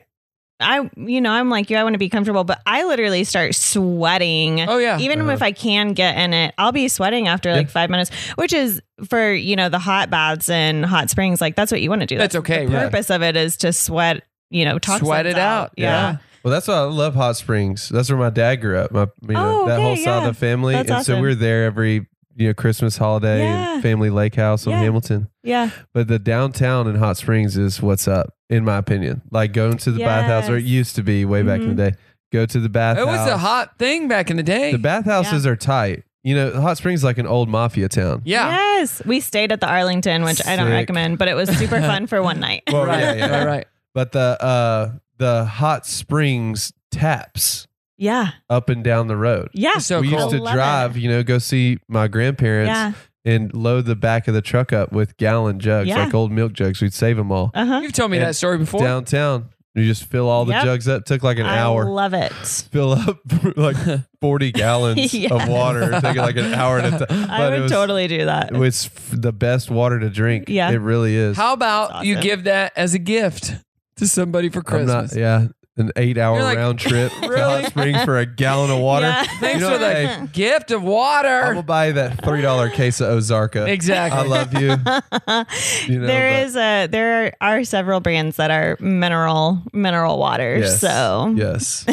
Speaker 7: I, you know, I'm like you. I want to be comfortable, but I literally start sweating.
Speaker 1: Oh, yeah.
Speaker 7: Even
Speaker 6: Uh-huh.
Speaker 7: if I can get in it, I'll be sweating after like
Speaker 6: Yeah.
Speaker 7: five minutes, which is for you know the hot baths and hot springs. Like that's what you want to do.
Speaker 1: That's okay,
Speaker 7: The
Speaker 1: right?
Speaker 7: purpose of it is to sweat. You know, toxins
Speaker 1: Sweat it out.
Speaker 7: Yeah.
Speaker 6: Well, that's why I love hot springs. That's where my dad grew up. My you know,
Speaker 7: Oh,
Speaker 6: that
Speaker 7: okay,
Speaker 6: whole side of
Speaker 7: yeah.
Speaker 6: the family,
Speaker 7: That's
Speaker 6: and so
Speaker 7: awesome.
Speaker 6: we were there every you know Christmas holiday
Speaker 7: Yeah.
Speaker 6: and family lake house on
Speaker 7: Yeah.
Speaker 6: Hamilton.
Speaker 7: Yeah.
Speaker 6: But the downtown in Hot Springs is what's up, in my opinion. Like going to the bathhouse, or it
Speaker 7: Yes. Mm-hmm.
Speaker 6: used to be way back in the day. Go to the
Speaker 1: it
Speaker 6: bathhouse.
Speaker 1: was a hot thing back in the day.
Speaker 6: The bathhouses are tight. You know, Hot Springs is like an old mafia town.
Speaker 1: yeah.
Speaker 7: Yes, we stayed at the Arlington, which I don't
Speaker 6: Sick.
Speaker 7: recommend, but it was super fun for one night.
Speaker 6: Well,
Speaker 1: Right.
Speaker 6: yeah, yeah.
Speaker 1: right. Right.
Speaker 6: But the uh the Hot Springs taps
Speaker 7: Yeah.
Speaker 6: up and down the road.
Speaker 7: Yeah.
Speaker 1: It's so
Speaker 6: we
Speaker 1: cool.
Speaker 6: used to
Speaker 7: I love
Speaker 6: drive, you know, go see my grandparents
Speaker 7: Yeah.
Speaker 6: and load the back of the truck up with gallon jugs,
Speaker 7: Yeah.
Speaker 6: like old milk jugs. We'd save them all
Speaker 7: Uh huh.
Speaker 1: You've told me
Speaker 6: And
Speaker 1: that story before.
Speaker 6: downtown. You just fill all the
Speaker 7: Yep.
Speaker 6: jugs up. Took like an hour.
Speaker 7: I love it.
Speaker 6: fill up like 40 gallons
Speaker 7: Yes.
Speaker 6: of water, taking like an hour at a time.
Speaker 7: I would
Speaker 6: it was,
Speaker 7: totally do that.
Speaker 6: It was f- the best water to drink.
Speaker 7: Yeah.
Speaker 6: It really is.
Speaker 1: How about
Speaker 7: That's
Speaker 1: you
Speaker 7: awesome.
Speaker 1: give that as a gift to somebody for
Speaker 6: I'm
Speaker 1: Christmas?
Speaker 6: not, yeah. An eight hour
Speaker 1: You're like,
Speaker 6: round trip to
Speaker 1: "Really?"
Speaker 6: Hot Springs for a gallon of water.
Speaker 7: Yeah.
Speaker 1: Thanks
Speaker 6: You know
Speaker 1: for the
Speaker 6: what? Hey,
Speaker 1: gift of
Speaker 6: I'm
Speaker 1: water.
Speaker 6: going to buy you that $3 case of Ozarka.
Speaker 1: Exactly.
Speaker 6: I love you. You know,
Speaker 7: there
Speaker 6: but-
Speaker 7: is a there are several brands that are mineral mineral waters.
Speaker 6: Yes.
Speaker 7: So
Speaker 6: Yes.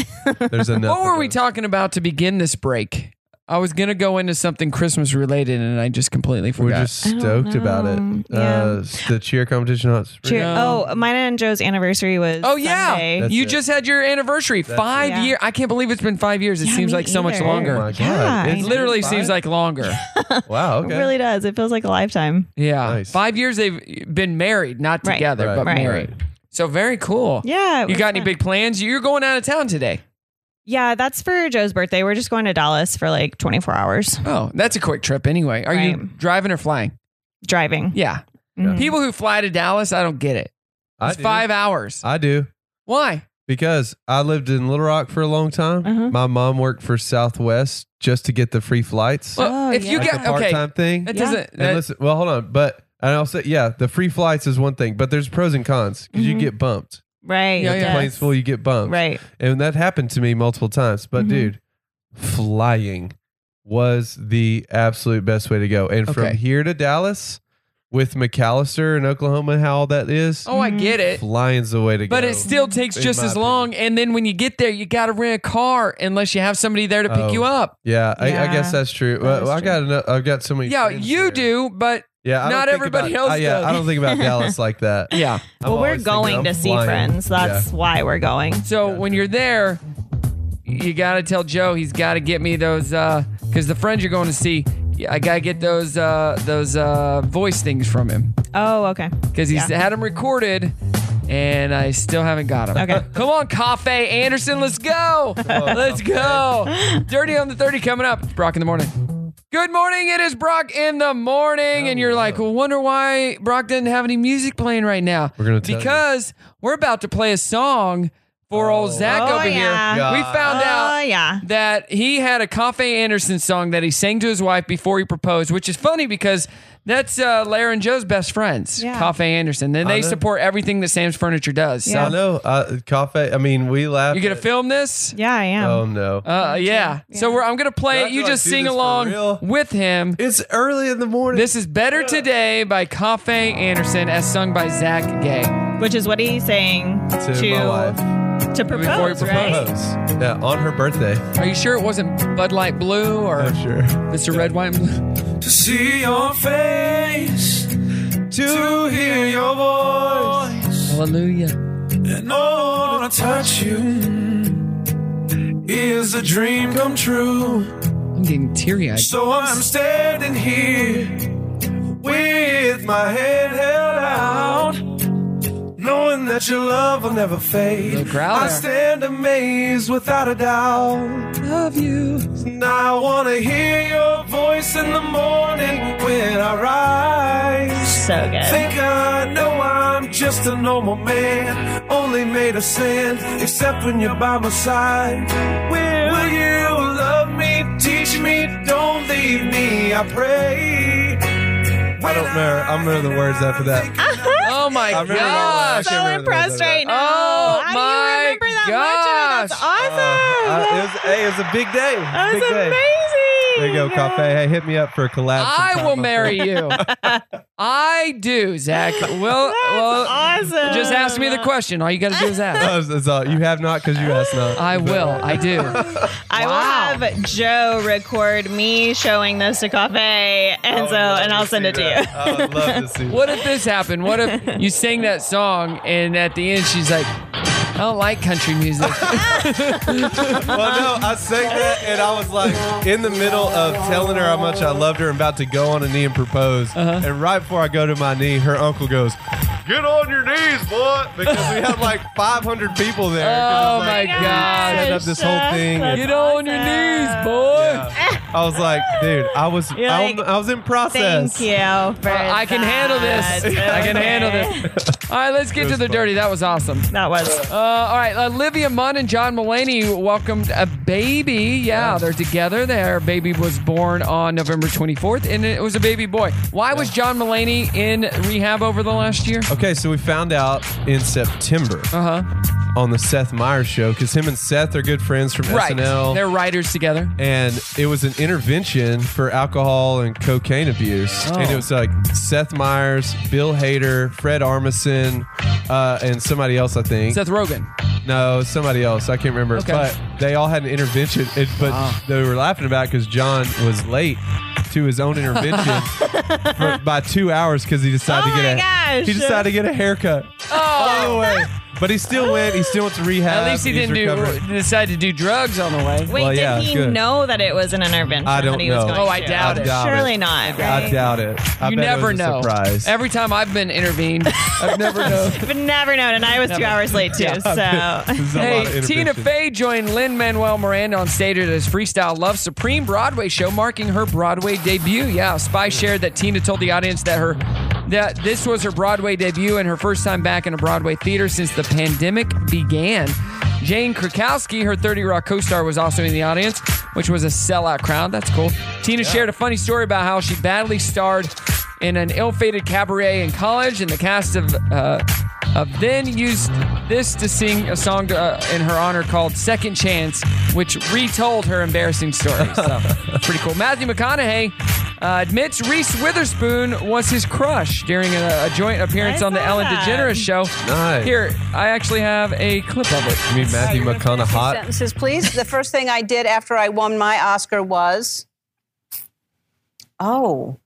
Speaker 6: There's enough.
Speaker 1: what were
Speaker 6: of
Speaker 1: we
Speaker 6: it.
Speaker 1: talking about to begin this break? I was gonna go into something Christmas related, and I just completely
Speaker 6: We're
Speaker 1: forgot.
Speaker 6: just
Speaker 7: I don't
Speaker 6: stoked about
Speaker 7: know.
Speaker 6: it.
Speaker 7: Yeah.
Speaker 6: Uh, the cheer competition. Hot Springs.
Speaker 7: cheer.
Speaker 1: Yeah.
Speaker 7: Oh, mine and Joe's anniversary was.
Speaker 1: oh yeah,
Speaker 7: Sunday.
Speaker 6: That's
Speaker 1: you
Speaker 6: it.
Speaker 1: just had your anniversary.
Speaker 6: That's
Speaker 1: five
Speaker 7: it.
Speaker 1: year. I can't believe it's been five years. It
Speaker 7: Yeah,
Speaker 1: seems
Speaker 7: me
Speaker 1: like so much
Speaker 7: either.
Speaker 6: Oh
Speaker 1: longer.
Speaker 6: my
Speaker 7: Yeah,
Speaker 6: God.
Speaker 7: I
Speaker 1: it
Speaker 7: know.
Speaker 1: literally seems
Speaker 6: Five?
Speaker 1: like longer.
Speaker 6: Wow.
Speaker 7: It
Speaker 6: Okay.
Speaker 7: really does. It feels like a lifetime.
Speaker 1: yeah,
Speaker 6: Nice.
Speaker 1: five years they've been married, not
Speaker 7: Right.
Speaker 1: together,
Speaker 6: Right,
Speaker 1: but
Speaker 7: right.
Speaker 1: married. So very cool.
Speaker 7: Yeah, it
Speaker 1: You
Speaker 7: was
Speaker 1: got any
Speaker 7: fun.
Speaker 1: big plans? You're going out of town today.
Speaker 7: Yeah, that's for Joe's birthday. We're just going to Dallas for like 24 hours.
Speaker 1: Oh, that's a quick trip anyway. Are you driving or flying?
Speaker 7: Driving.
Speaker 1: Yeah.
Speaker 7: Mhm.
Speaker 1: People who fly to Dallas, I don't get it.
Speaker 6: I
Speaker 1: It's
Speaker 6: do.
Speaker 1: five hours.
Speaker 6: I do.
Speaker 1: Why?
Speaker 6: Because I lived in Little Rock for a long time.
Speaker 1: Uh-huh.
Speaker 6: My mom worked for Southwest just to get the free flights.
Speaker 1: Well, if you
Speaker 6: Oh, Like
Speaker 1: get
Speaker 6: the
Speaker 1: okay,
Speaker 6: part-time thing.
Speaker 1: That doesn't.
Speaker 6: And
Speaker 1: that-
Speaker 6: listen, well, hold on, but and I'll say, yeah, the free flights is one thing, but there's pros and cons because
Speaker 1: Mm-hmm.
Speaker 6: you get bumped.
Speaker 7: Right.
Speaker 6: If the plane's full, you get bumped.
Speaker 7: Right.
Speaker 6: And that happened to me multiple times. But
Speaker 1: Mm-hmm.
Speaker 7: Mhm.
Speaker 6: dude, flying was the absolute best way to go. And from
Speaker 1: Okay.
Speaker 6: here to Dallas with McAllister and Oklahoma, how all that is.
Speaker 1: oh, I get it.
Speaker 6: Flying's the way to Mm-hmm. go.
Speaker 1: But it still takes
Speaker 6: in
Speaker 1: just
Speaker 6: my
Speaker 1: as long. And then when you get there, you got to rent a car unless you have somebody there to pick
Speaker 6: Oh,
Speaker 1: you up.
Speaker 6: Yeah, I, I
Speaker 1: Yeah,
Speaker 6: guess that's true. well, I got enough, I've got so many.
Speaker 1: Yeah,
Speaker 6: friends
Speaker 1: you
Speaker 6: there.
Speaker 1: do, but
Speaker 6: Yeah, I don't
Speaker 1: not
Speaker 6: think
Speaker 1: everybody
Speaker 6: about-
Speaker 1: else
Speaker 6: I, yeah,
Speaker 1: does.
Speaker 6: I don't think about Dallas like that.
Speaker 1: Yeah.
Speaker 6: I'm
Speaker 7: well, we're
Speaker 6: always thinking
Speaker 7: going
Speaker 6: I'm
Speaker 7: to see
Speaker 6: flying.
Speaker 7: friends. That's
Speaker 6: Yeah.
Speaker 7: why we're going.
Speaker 1: So when you're there, you gotta tell Joe he's gotta get me those because the friends you're going to see, yeah, I gotta get those uh, those uh, voice things from him
Speaker 7: Oh, okay.
Speaker 1: because he's
Speaker 7: Yeah.
Speaker 1: had them recorded, and I still haven't got them.
Speaker 7: Okay.
Speaker 1: come on, Cafe Anderson, let's go, let's go. Dirty on the thirty coming up. It's Brock in the morning. Good morning. It is Brock in the morning, and you're like, well, wonder why Brock doesn't have any music playing right now. We're
Speaker 6: gonna tell you.
Speaker 1: because we're about to play a song for old Zach
Speaker 7: Oh,
Speaker 1: over here.
Speaker 7: yeah.
Speaker 1: We found
Speaker 7: Oh,
Speaker 1: out
Speaker 7: yeah.
Speaker 1: that he had a Cafe Anderson song that he sang to his wife before he proposed, which is funny because that's uh, Lara and Joe's best friends,
Speaker 6: Yeah.
Speaker 1: Cafe Anderson. Then
Speaker 6: I
Speaker 1: they
Speaker 6: know.
Speaker 1: support everything that Sam's Furniture does.
Speaker 6: I
Speaker 1: So
Speaker 6: know. Uh, cafe. I mean, we laugh.
Speaker 1: you gonna
Speaker 6: at-
Speaker 1: film this?
Speaker 7: Yeah, I am.
Speaker 6: Oh no.
Speaker 1: Uh, yeah. So we're, I'm gonna play
Speaker 6: Do I
Speaker 1: it. You
Speaker 6: have to,
Speaker 1: just
Speaker 6: like, do
Speaker 1: sing
Speaker 6: this for
Speaker 1: along
Speaker 6: real?
Speaker 1: with him.
Speaker 6: It's early in the morning.
Speaker 1: This is Better Today by Cafe Anderson, as sung by Zach Gay.
Speaker 7: Which is what he's saying
Speaker 6: To,
Speaker 7: to
Speaker 6: my wife.
Speaker 7: to
Speaker 1: Before he
Speaker 7: propose, right?
Speaker 6: Propose. Yeah, on her birthday.
Speaker 1: Are you sure it wasn't Bud Light Blue or
Speaker 6: sure.
Speaker 1: Mr. Red, White, and Blue?
Speaker 5: To see your face, to hear your voice,
Speaker 1: Hallelujah.
Speaker 5: and oh, to touch you is a dream come true.
Speaker 1: I'm getting teary eyed.
Speaker 5: So I'm standing here with my head held out, knowing that your love will never fade. I
Speaker 1: Crowder.
Speaker 5: stand amazed without a doubt.
Speaker 1: Love you.
Speaker 5: Now I wanna hear your voice in the morning when I rise.
Speaker 7: So good.
Speaker 5: Think I know I'm just a normal man, only made of sin, except when you're by my side. Will, will you love me, teach me, don't leave me, I pray.
Speaker 6: I don't remember. I don't remember the words after that.
Speaker 1: Oh my
Speaker 6: I remember that. I
Speaker 1: gosh.
Speaker 6: can't
Speaker 7: so
Speaker 6: remember the words
Speaker 7: impressed
Speaker 6: after that.
Speaker 7: right now.
Speaker 1: Oh
Speaker 7: How
Speaker 1: my
Speaker 7: do you remember that
Speaker 1: gosh.
Speaker 7: much?
Speaker 6: Uh,
Speaker 7: of
Speaker 6: it
Speaker 7: it?
Speaker 6: was, hey, it was a big day.
Speaker 7: That's awesome. That
Speaker 6: big
Speaker 7: was
Speaker 6: day.
Speaker 7: amazing.
Speaker 6: There you go, Cafe. Hey, hit me up for a collab.
Speaker 1: I
Speaker 6: sometime,
Speaker 1: will
Speaker 6: my
Speaker 1: marry
Speaker 6: friend.
Speaker 1: you. I do, Zach. Well, well
Speaker 7: Awesome.
Speaker 1: just ask me the question. All you got to do is ask.
Speaker 6: No, it's- it's all- you have not because you asked not.
Speaker 1: I will. I do.
Speaker 7: I will have Joe record me showing this to Cafe,
Speaker 6: Oh,
Speaker 7: and so and I'll send it to you.
Speaker 6: I would love to see.
Speaker 1: What if this happened? What if you sang that song and at the end she's like, I don't like country music.
Speaker 6: Well, no, I sang that and I was like in the middle of telling her how much I loved her and about to go on a knee and propose.
Speaker 1: Uh-huh.
Speaker 6: And right before I go to my knee, her uncle goes, Get on your knees, boy. Because we had like 500 people there. 'Cause
Speaker 1: Oh
Speaker 6: it's
Speaker 1: my
Speaker 6: like, Set up
Speaker 1: gosh.
Speaker 6: this whole thing. and-
Speaker 1: Get on your knees, boy.
Speaker 6: yeah. I was like, dude, I was,
Speaker 7: You're
Speaker 6: I,
Speaker 7: like,
Speaker 6: I was in process.
Speaker 7: Thank you. For
Speaker 1: I can handle this. I can handle this. All right, let's get to the dirty. That was awesome.
Speaker 7: That was.
Speaker 1: Uh, all right, Olivia Munn and John Mulaney welcomed a baby. Yeah, they're together. Their baby was born on November 24th, and it was a baby boy. Why was John Mulaney in rehab over the last year?
Speaker 6: Okay, so we found out in September
Speaker 1: Uh huh.
Speaker 6: on the Seth Meyers show because him and Seth are good friends from
Speaker 1: Right.
Speaker 6: SNL.
Speaker 1: They're writers together.
Speaker 6: and it was an intervention for alcohol and cocaine abuse.
Speaker 1: Oh.
Speaker 6: And it was like Seth Meyers, Bill Hader, Fred Armisen, uh, and somebody else, I think.
Speaker 1: Seth Rogen.
Speaker 6: no, somebody else. I can't remember.
Speaker 1: Okay.
Speaker 6: But they all had an intervention, it, but they were laughing about because John was late to his own intervention for, by two hours because he decided
Speaker 7: Oh
Speaker 6: to get
Speaker 7: my
Speaker 6: a
Speaker 7: gosh.
Speaker 6: he decided to get a haircut. Oh, wait. But he still went. He still went to rehab.
Speaker 1: Oh. At least he
Speaker 6: He's
Speaker 1: didn't
Speaker 6: recovering.
Speaker 1: do, decide to do drugs on the way.
Speaker 7: Wait, did he know that it was an intervention?
Speaker 6: I don't
Speaker 7: that he Was
Speaker 6: know.
Speaker 7: going
Speaker 6: Oh,
Speaker 1: I
Speaker 7: to?
Speaker 1: doubt it.
Speaker 7: Surely not.
Speaker 6: I
Speaker 7: right?
Speaker 6: doubt it. I
Speaker 1: you
Speaker 6: bet it
Speaker 1: never
Speaker 6: was a
Speaker 1: know.
Speaker 6: Surprise.
Speaker 1: Every time I've been intervened, I've never known.
Speaker 7: But never known, and I was two
Speaker 1: Never.
Speaker 7: hours late too. So
Speaker 1: Hey, Tina Fey joined Lynn Manuel Miranda on stage at his Freestyle Love Supreme Broadway show, marking her Broadway debut. Yeah, Spy shared that Tina told the audience that her that this was her Broadway debut and her first time back in a Broadway theater since the pandemic began. Jane Krakowski, her 30 Rock co-star, was also in the audience, which was a sellout crowd. That's cool. Tina shared a funny story about how she badly starred in an ill-fated cabaret in college, and the cast of uh, uh, then used this to sing a song to, uh, in her honor called Second Chance, which retold her embarrassing story. So, pretty cool. Matthew McConaughey uh, admits Reese Witherspoon was his crush during a, a joint appearance
Speaker 7: I
Speaker 1: on the
Speaker 7: saw
Speaker 1: Ellen
Speaker 7: that.
Speaker 1: DeGeneres show.
Speaker 6: Nice.
Speaker 1: Here, I actually have a clip of it.
Speaker 6: You mean Matthew McConaughey hot?
Speaker 12: sentences, please. The first thing I did after I won my Oscar was. Oh.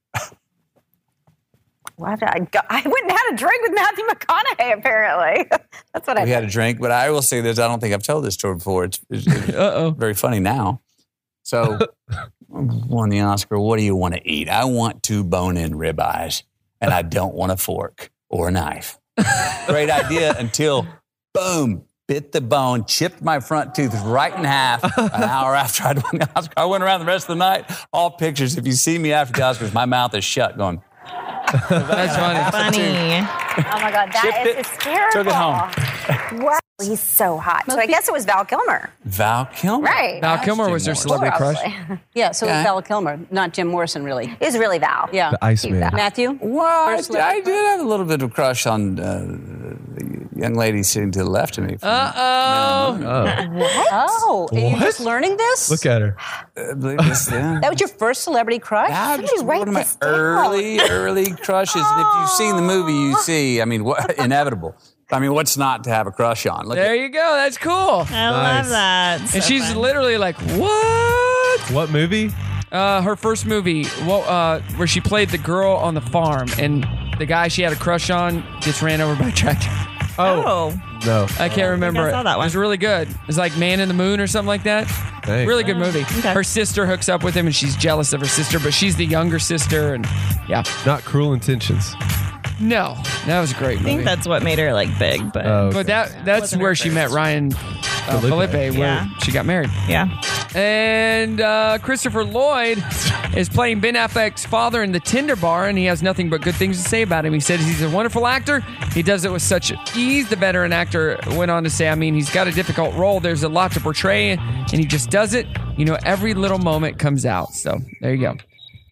Speaker 12: Why did I go? I went and had a drink with Matthew McConaughey, apparently. That's what I
Speaker 17: we had a drink, but I will say this: I don't think I've told this story before. It's, it's, it's very funny now. So, won the Oscar. What do you want to eat? I want two bone-in ribeyes, and I don't want a fork or a knife. Great idea until, boom, bit the bone, chipped my front tooth right in half. An hour after I'd won the Oscar, I went around the rest of the night. All pictures. If you see me after the Oscars, my mouth is shut, going.
Speaker 1: That's
Speaker 17: funny.
Speaker 7: Funny.
Speaker 12: Oh my God, that
Speaker 17: Chipped
Speaker 12: is
Speaker 17: it,
Speaker 12: hysterical.
Speaker 17: took it home.
Speaker 12: Wow, he's so hot. So I guess it was Val Kilmer.
Speaker 17: Val Kilmer.
Speaker 12: Right.
Speaker 1: Val Kilmer was her celebrity crush.
Speaker 12: Yeah, so it
Speaker 17: Yeah.
Speaker 12: was Val Kilmer, not Jim Morrison, really. It's really Val. Yeah.
Speaker 17: The Iceman.
Speaker 12: Val. Matthew?
Speaker 17: Well, I,
Speaker 12: First
Speaker 17: I did have a little bit of a crush on uh, the young lady sitting to the left of me.
Speaker 1: Uh. Uh-oh.
Speaker 12: What? Oh, and you're just learning this?
Speaker 6: Look at her.
Speaker 17: I believe this, yeah.
Speaker 12: That was your first celebrity crush?
Speaker 17: Yeah,
Speaker 12: Somebody
Speaker 17: just
Speaker 12: write
Speaker 17: one of my
Speaker 12: this down.
Speaker 17: early, early crushes. And if you've seen the movie, you
Speaker 12: Oh.
Speaker 17: see, I mean, what, inevitable. I mean, what's not to have a crush on? Look
Speaker 1: There you go. That's cool. I
Speaker 7: love Nice. that.
Speaker 1: and
Speaker 7: So
Speaker 1: she's
Speaker 7: fun.
Speaker 1: literally like, what?
Speaker 6: What movie?
Speaker 1: Uh, her first movie, well, uh, where she played the girl on the farm, and the guy she had a crush on gets ran over by a tractor.
Speaker 7: Oh.
Speaker 6: No.
Speaker 1: I can't remember.
Speaker 7: I saw that
Speaker 1: It was really good. It's like Man in the Moon or something like that.
Speaker 6: Dang.
Speaker 1: Really good movie.
Speaker 7: Oh, okay.
Speaker 1: Her sister hooks up with him, and she's jealous of her sister, but she's the younger sister, and yeah.
Speaker 6: Not Cruel Intentions.
Speaker 1: No, that was a great
Speaker 7: I
Speaker 1: movie.
Speaker 7: think that's what made her like big, but
Speaker 6: Oh, okay.
Speaker 1: But that that's where she met Ryan uh,
Speaker 6: Felipe.
Speaker 1: Felipe, where
Speaker 7: Yeah.
Speaker 1: she got married.
Speaker 7: yeah.
Speaker 1: And uh, Christopher Lloyd is playing Ben Affleck's father in the Tinder bar, and he has nothing but good things to say about him. He says he's a wonderful actor. He does it with such ease. The veteran actor went on to say, I mean, he's got a difficult role. There's a lot to portray, and he just does it. You know, every little moment comes out. So there you go.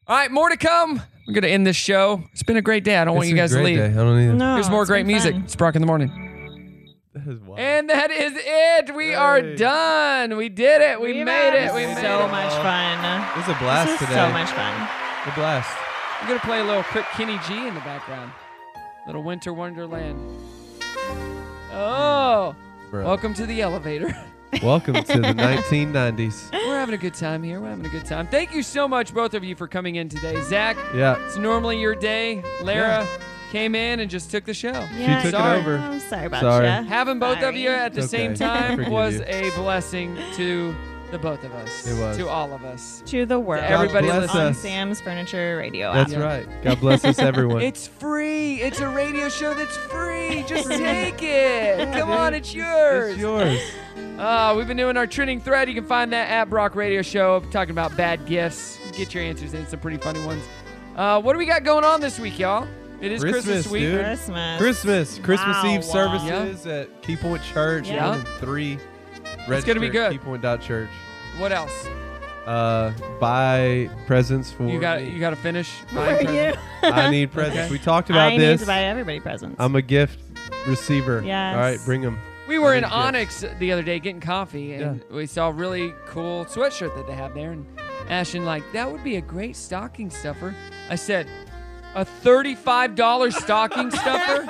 Speaker 1: All right, more to come. We're going to end this show. It's been a great day. I don't want
Speaker 6: It's
Speaker 1: you
Speaker 6: a
Speaker 1: guys to
Speaker 6: great
Speaker 1: leave.
Speaker 6: day. I don't either.
Speaker 7: No,
Speaker 1: There's more
Speaker 7: Oh, it's
Speaker 1: great
Speaker 7: been
Speaker 1: music.
Speaker 7: fun.
Speaker 1: Oh, It's Brock in the morning. And that is it. We are done. We did it. We,
Speaker 7: We've
Speaker 1: made
Speaker 7: had
Speaker 1: it. We made
Speaker 7: so
Speaker 1: it.
Speaker 7: much fun.
Speaker 6: It was a blast
Speaker 7: This is
Speaker 6: today.
Speaker 7: so much fun.
Speaker 6: A blast.
Speaker 1: I'm gonna play a little quick Kenny G in the background. Little Winter Wonderland. Oh,
Speaker 6: Bro.
Speaker 1: welcome to the elevator.
Speaker 6: Welcome to the 1990s.
Speaker 1: We're having a good time here. We're having a good time. Thank you so much, both of you, for coming in today. Zach,
Speaker 6: Yeah.
Speaker 1: it's normally your day. Lara came in and just took the show.
Speaker 6: Yeah, took it
Speaker 1: Sorry.
Speaker 6: over.
Speaker 7: Oh, I'm sorry about
Speaker 6: Sorry.
Speaker 7: ya.
Speaker 1: Having both of
Speaker 7: Sorry.
Speaker 1: you at the
Speaker 6: It's
Speaker 1: same
Speaker 6: okay.
Speaker 1: time
Speaker 6: Forgive
Speaker 1: was
Speaker 6: you.
Speaker 1: a blessing to the both of us.
Speaker 6: It was.
Speaker 1: To all of us.
Speaker 7: to the world.
Speaker 1: everybody
Speaker 6: God bless
Speaker 1: listening.
Speaker 7: on
Speaker 6: us.
Speaker 7: Sam's Furniture Radio.
Speaker 6: That's
Speaker 7: app.
Speaker 6: right. God bless us, everyone.
Speaker 1: It's free. It's a radio show that's free. Just take it. Come on, it's yours.
Speaker 6: It's yours.
Speaker 1: Uh, we've been doing our trending thread. You can find that at Brock Radio Show. Talking about bad gifts. Get your answers in. Some pretty funny ones. Uh, what do we got going on this week, y'all? It is Christmas,
Speaker 6: Christmas,
Speaker 1: week.
Speaker 6: dude.
Speaker 7: Christmas.
Speaker 6: Christmas. Christmas
Speaker 7: Wow.
Speaker 6: Eve services at Key Point Church.
Speaker 1: Yeah.
Speaker 6: One and three.
Speaker 1: It's gonna be
Speaker 6: Register at
Speaker 1: good.
Speaker 6: Key Point dot Church.
Speaker 1: What else?
Speaker 6: Uh, buy presents for.
Speaker 1: You got
Speaker 6: me.
Speaker 1: you got to finish.
Speaker 7: Where are you?
Speaker 6: I need presents. We talked about
Speaker 7: I
Speaker 6: this. Um,
Speaker 7: need to buy everybody presents.
Speaker 6: I'm a gift receiver.
Speaker 7: Yes.
Speaker 6: All right, bring them.
Speaker 1: We were
Speaker 6: I
Speaker 1: in
Speaker 6: need
Speaker 1: Onyx the other day getting coffee, and we saw a really cool sweatshirt that they have there. And Ashton like, that would be a great stocking stuffer. I said, a thirty-five dollar stocking stuffer.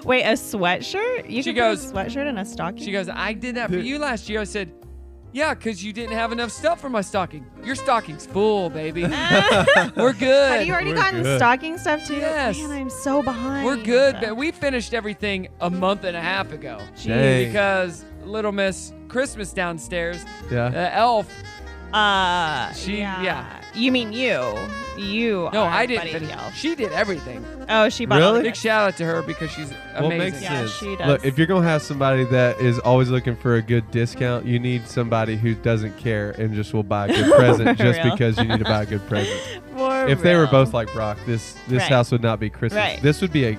Speaker 7: Wait, a sweatshirt? You
Speaker 1: She
Speaker 7: can put
Speaker 1: goes-
Speaker 7: a sweatshirt and a stocking.
Speaker 1: She goes, I did that for you last year. I said, Yeah, because you didn't have enough stuff for my stocking. Your stocking's full, baby. We're good.
Speaker 7: Have you already gotten stocking stuff too? Yes. Man, I'm so behind.
Speaker 1: We're good, but we finished everything a month and a half ago.
Speaker 6: Dang.
Speaker 1: Because Little Miss Christmas downstairs,
Speaker 6: Yeah.
Speaker 1: the elf,
Speaker 7: Uh,
Speaker 1: she, yeah.
Speaker 7: You mean you? You?
Speaker 1: No,
Speaker 7: are
Speaker 1: I didn't
Speaker 7: Buddy
Speaker 1: finish.
Speaker 7: Hill.
Speaker 1: She did everything.
Speaker 7: Oh, she bought all the
Speaker 1: Big
Speaker 7: gifts.
Speaker 1: shout out to her because she's amazing.
Speaker 6: Well, it makes sense.
Speaker 7: she does.
Speaker 6: Look, if you're gonna have somebody that is always looking for a good discount, you need somebody who doesn't care and just will buy a good present
Speaker 7: For
Speaker 6: just
Speaker 7: real.
Speaker 6: because you need to buy a good present.
Speaker 7: For
Speaker 6: if they were
Speaker 7: real.
Speaker 6: both like Brock, this this
Speaker 7: Right.
Speaker 6: house would not be Christmas.
Speaker 7: Right.
Speaker 6: This would be a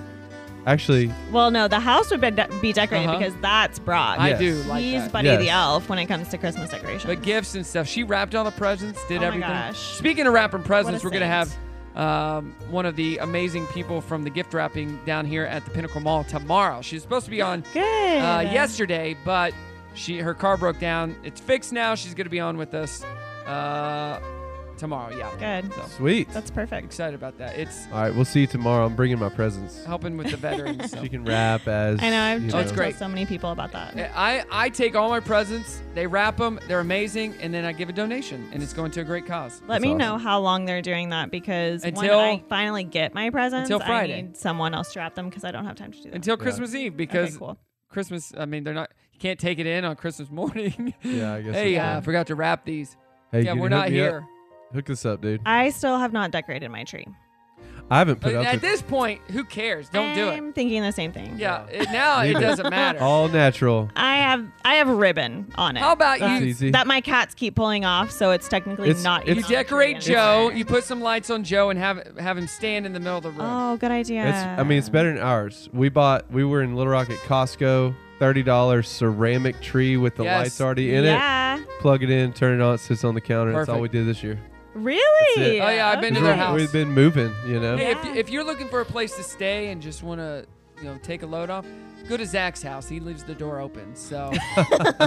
Speaker 6: actually
Speaker 7: Well, no, the house would be, de- be decorated
Speaker 1: Uh-huh.
Speaker 7: because that's Brock.
Speaker 1: I Yes. do like
Speaker 7: He's
Speaker 1: that.
Speaker 7: Buddy the
Speaker 1: Yes.
Speaker 7: Elf when it comes to Christmas decoration.
Speaker 1: But gifts and stuff. She wrapped all the presents, did
Speaker 7: Oh my
Speaker 1: everything.
Speaker 7: gosh.
Speaker 1: Speaking of wrapping presents, we're
Speaker 7: What a
Speaker 1: going to
Speaker 7: saint.
Speaker 1: have um, one of the amazing people from the gift wrapping down here at the Pinnacle Mall tomorrow. She's supposed to be on
Speaker 7: Good.
Speaker 1: Uh, yesterday, but she her car broke down. It's fixed now. She's going to be on with us uh, tomorrow. Yeah.
Speaker 7: Good.
Speaker 1: So,
Speaker 6: sweet.
Speaker 7: That's perfect.
Speaker 1: excited about that. It's
Speaker 6: All right, we'll see you tomorrow. I'm bringing my presents.
Speaker 1: helping with the veterans. so.
Speaker 6: She can rap as
Speaker 7: I know. I've
Speaker 6: you
Speaker 7: tried
Speaker 1: That's
Speaker 7: to
Speaker 1: Oh, great.
Speaker 7: tell so many people about that.
Speaker 1: I, I take all my presents, they wrap them, they're amazing, and then I give a donation, and it's going to a great cause.
Speaker 7: Let me know how long they're doing that because
Speaker 1: Until-
Speaker 7: when I finally get my presents,
Speaker 1: until Friday.
Speaker 7: I need someone else to wrap them because I don't have time to do that.
Speaker 1: until Christmas Eve because
Speaker 7: Okay, cool.
Speaker 1: Christmas. I mean, they're not. You can't take it in on Christmas morning.
Speaker 6: Yeah, I guess
Speaker 1: hey,
Speaker 6: that's
Speaker 1: uh, I
Speaker 6: fair.
Speaker 1: forgot to wrap these.
Speaker 6: Hey,
Speaker 1: yeah,
Speaker 6: can
Speaker 1: we're
Speaker 6: you
Speaker 1: not
Speaker 6: hook me up?
Speaker 1: here. Uh,
Speaker 6: Hook this up, dude.
Speaker 7: I still have not decorated my tree.
Speaker 6: I haven't
Speaker 1: But
Speaker 6: put up
Speaker 1: at
Speaker 6: with-
Speaker 1: this point, who cares? Don't do it.
Speaker 7: I'm thinking the same thing.
Speaker 1: Yeah, it, now it
Speaker 6: Leave
Speaker 1: doesn't matter.
Speaker 6: All natural.
Speaker 7: I have I have a ribbon on it.
Speaker 1: How about
Speaker 6: That's
Speaker 1: you?
Speaker 6: easy.
Speaker 7: that my cats keep pulling off, so it's technically
Speaker 6: It's-
Speaker 7: not.
Speaker 1: You
Speaker 6: it's-
Speaker 1: decorate Joe. You put some lights on Joe and have have him stand in the middle of the room.
Speaker 7: Oh, good idea.
Speaker 6: It's, I mean, it's better than ours. We bought, we were in Little Rock at Costco, $30 ceramic tree with the
Speaker 1: Yes.
Speaker 6: lights already in
Speaker 7: yeah.
Speaker 6: it. Plug it in, turn it on, it sits on the counter. That's all we
Speaker 1: Perfect.
Speaker 6: did this year.
Speaker 7: Really?
Speaker 6: That's it.
Speaker 1: Oh, yeah, I've been to
Speaker 6: We've
Speaker 1: their
Speaker 6: been-
Speaker 1: house.
Speaker 6: We've been moving, you know?
Speaker 1: Hey, if, if you're looking for a place to stay and just want to, you know, take a load off, go to Zach's house. He leaves the door open. So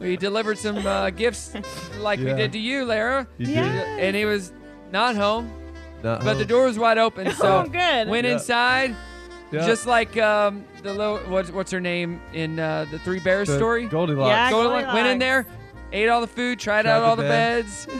Speaker 1: we delivered some uh, gifts like we
Speaker 6: Yeah.
Speaker 1: did to you, Lara.
Speaker 6: You did. Yes.
Speaker 1: And he was not home,
Speaker 6: Not
Speaker 1: but the
Speaker 6: home.
Speaker 1: door was wide open. So
Speaker 7: Oh, good.
Speaker 1: went
Speaker 6: Yeah.
Speaker 1: inside.
Speaker 6: Yeah.
Speaker 1: Just like um, the little what's, what's her name in uh, the Three Bears
Speaker 6: The
Speaker 1: story?
Speaker 6: Goldilocks.
Speaker 7: Yeah,
Speaker 1: Goldilocks. Went in there,
Speaker 7: Goldilocks.
Speaker 1: ate all the food, tried,
Speaker 6: Tried
Speaker 1: out
Speaker 6: the
Speaker 1: all the
Speaker 6: bed.
Speaker 1: beds.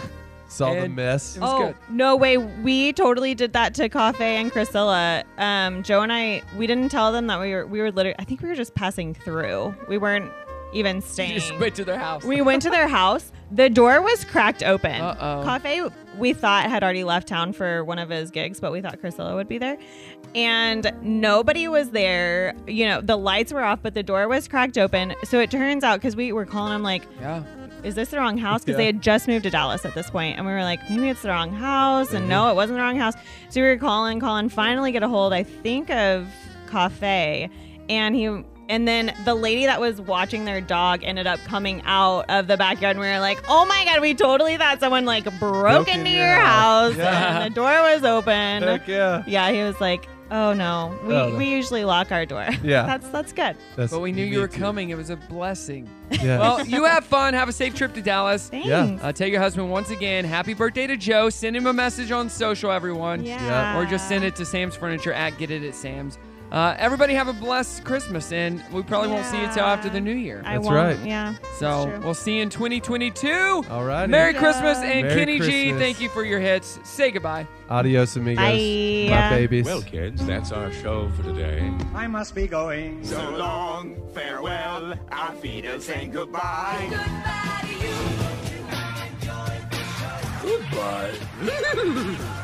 Speaker 6: Saw the
Speaker 1: And-
Speaker 6: mess.
Speaker 1: It was
Speaker 7: oh,
Speaker 1: good.
Speaker 7: No way. We totally did that to Cafe and Priscilla. Um, Joe and I, we didn't tell them that we were, we were literally, I think we were just passing through. We weren't even
Speaker 1: You
Speaker 7: staying.
Speaker 1: just went to their house.
Speaker 7: we went to their house. The door was cracked open.
Speaker 1: Uh-oh.
Speaker 7: Cafe, we thought, had already left town for one of his gigs, but we thought Priscilla would be there. And nobody was there. You know, the lights were off, but the door was cracked open. So it turns out, because we were calling him, like,
Speaker 1: yeah.
Speaker 7: is this the wrong house? Because
Speaker 6: Yeah.
Speaker 7: they had just moved to Dallas at this point, and we were like, maybe it's the wrong house,
Speaker 6: Mm-hmm.
Speaker 7: and no, it wasn't the wrong house. So we were calling, calling, finally get a hold. I think of Cafe, and he, and then the lady that was watching their dog ended up coming out of the backyard, and we were like, oh my god, we totally thought someone like broke, into your, house,
Speaker 6: Yeah.
Speaker 7: and the door was open.
Speaker 6: Heck yeah.
Speaker 7: Yeah, he was like, oh no, we
Speaker 6: Oh, no.
Speaker 7: we usually lock our door.
Speaker 6: Yeah.
Speaker 7: that's that's good.
Speaker 6: That's-
Speaker 1: But we knew you were
Speaker 6: need to.
Speaker 1: coming. It was a blessing.
Speaker 6: Yeah.
Speaker 1: Well, you have fun. Have a safe trip to Dallas.
Speaker 7: Thanks.
Speaker 6: Yeah.
Speaker 1: Uh, tell your husband once again, happy birthday to Joe. Send him a message on social, everyone.
Speaker 7: Yeah.
Speaker 1: Or just send it to Sam's Furniture at Get It at Sam's. Uh, everybody have a blessed Christmas, and we probably won't see you till
Speaker 7: Yeah.
Speaker 1: after the new year.
Speaker 7: I
Speaker 6: That's
Speaker 7: won't.
Speaker 6: right.
Speaker 7: Yeah. that's
Speaker 1: so
Speaker 7: true.
Speaker 1: we'll see you in 2022.
Speaker 6: All right.
Speaker 1: Merry Christmas, and
Speaker 6: Merry
Speaker 1: Kenny G,
Speaker 6: Christmas.
Speaker 1: thank you for your hits. Say goodbye.
Speaker 6: Adios, amigos.
Speaker 7: Bye.
Speaker 6: My babies.
Speaker 18: Well, kids, that's our show for today.
Speaker 19: I must be going.
Speaker 14: So long, farewell, auf Wiedersehen, goodbye.
Speaker 18: Goodbye.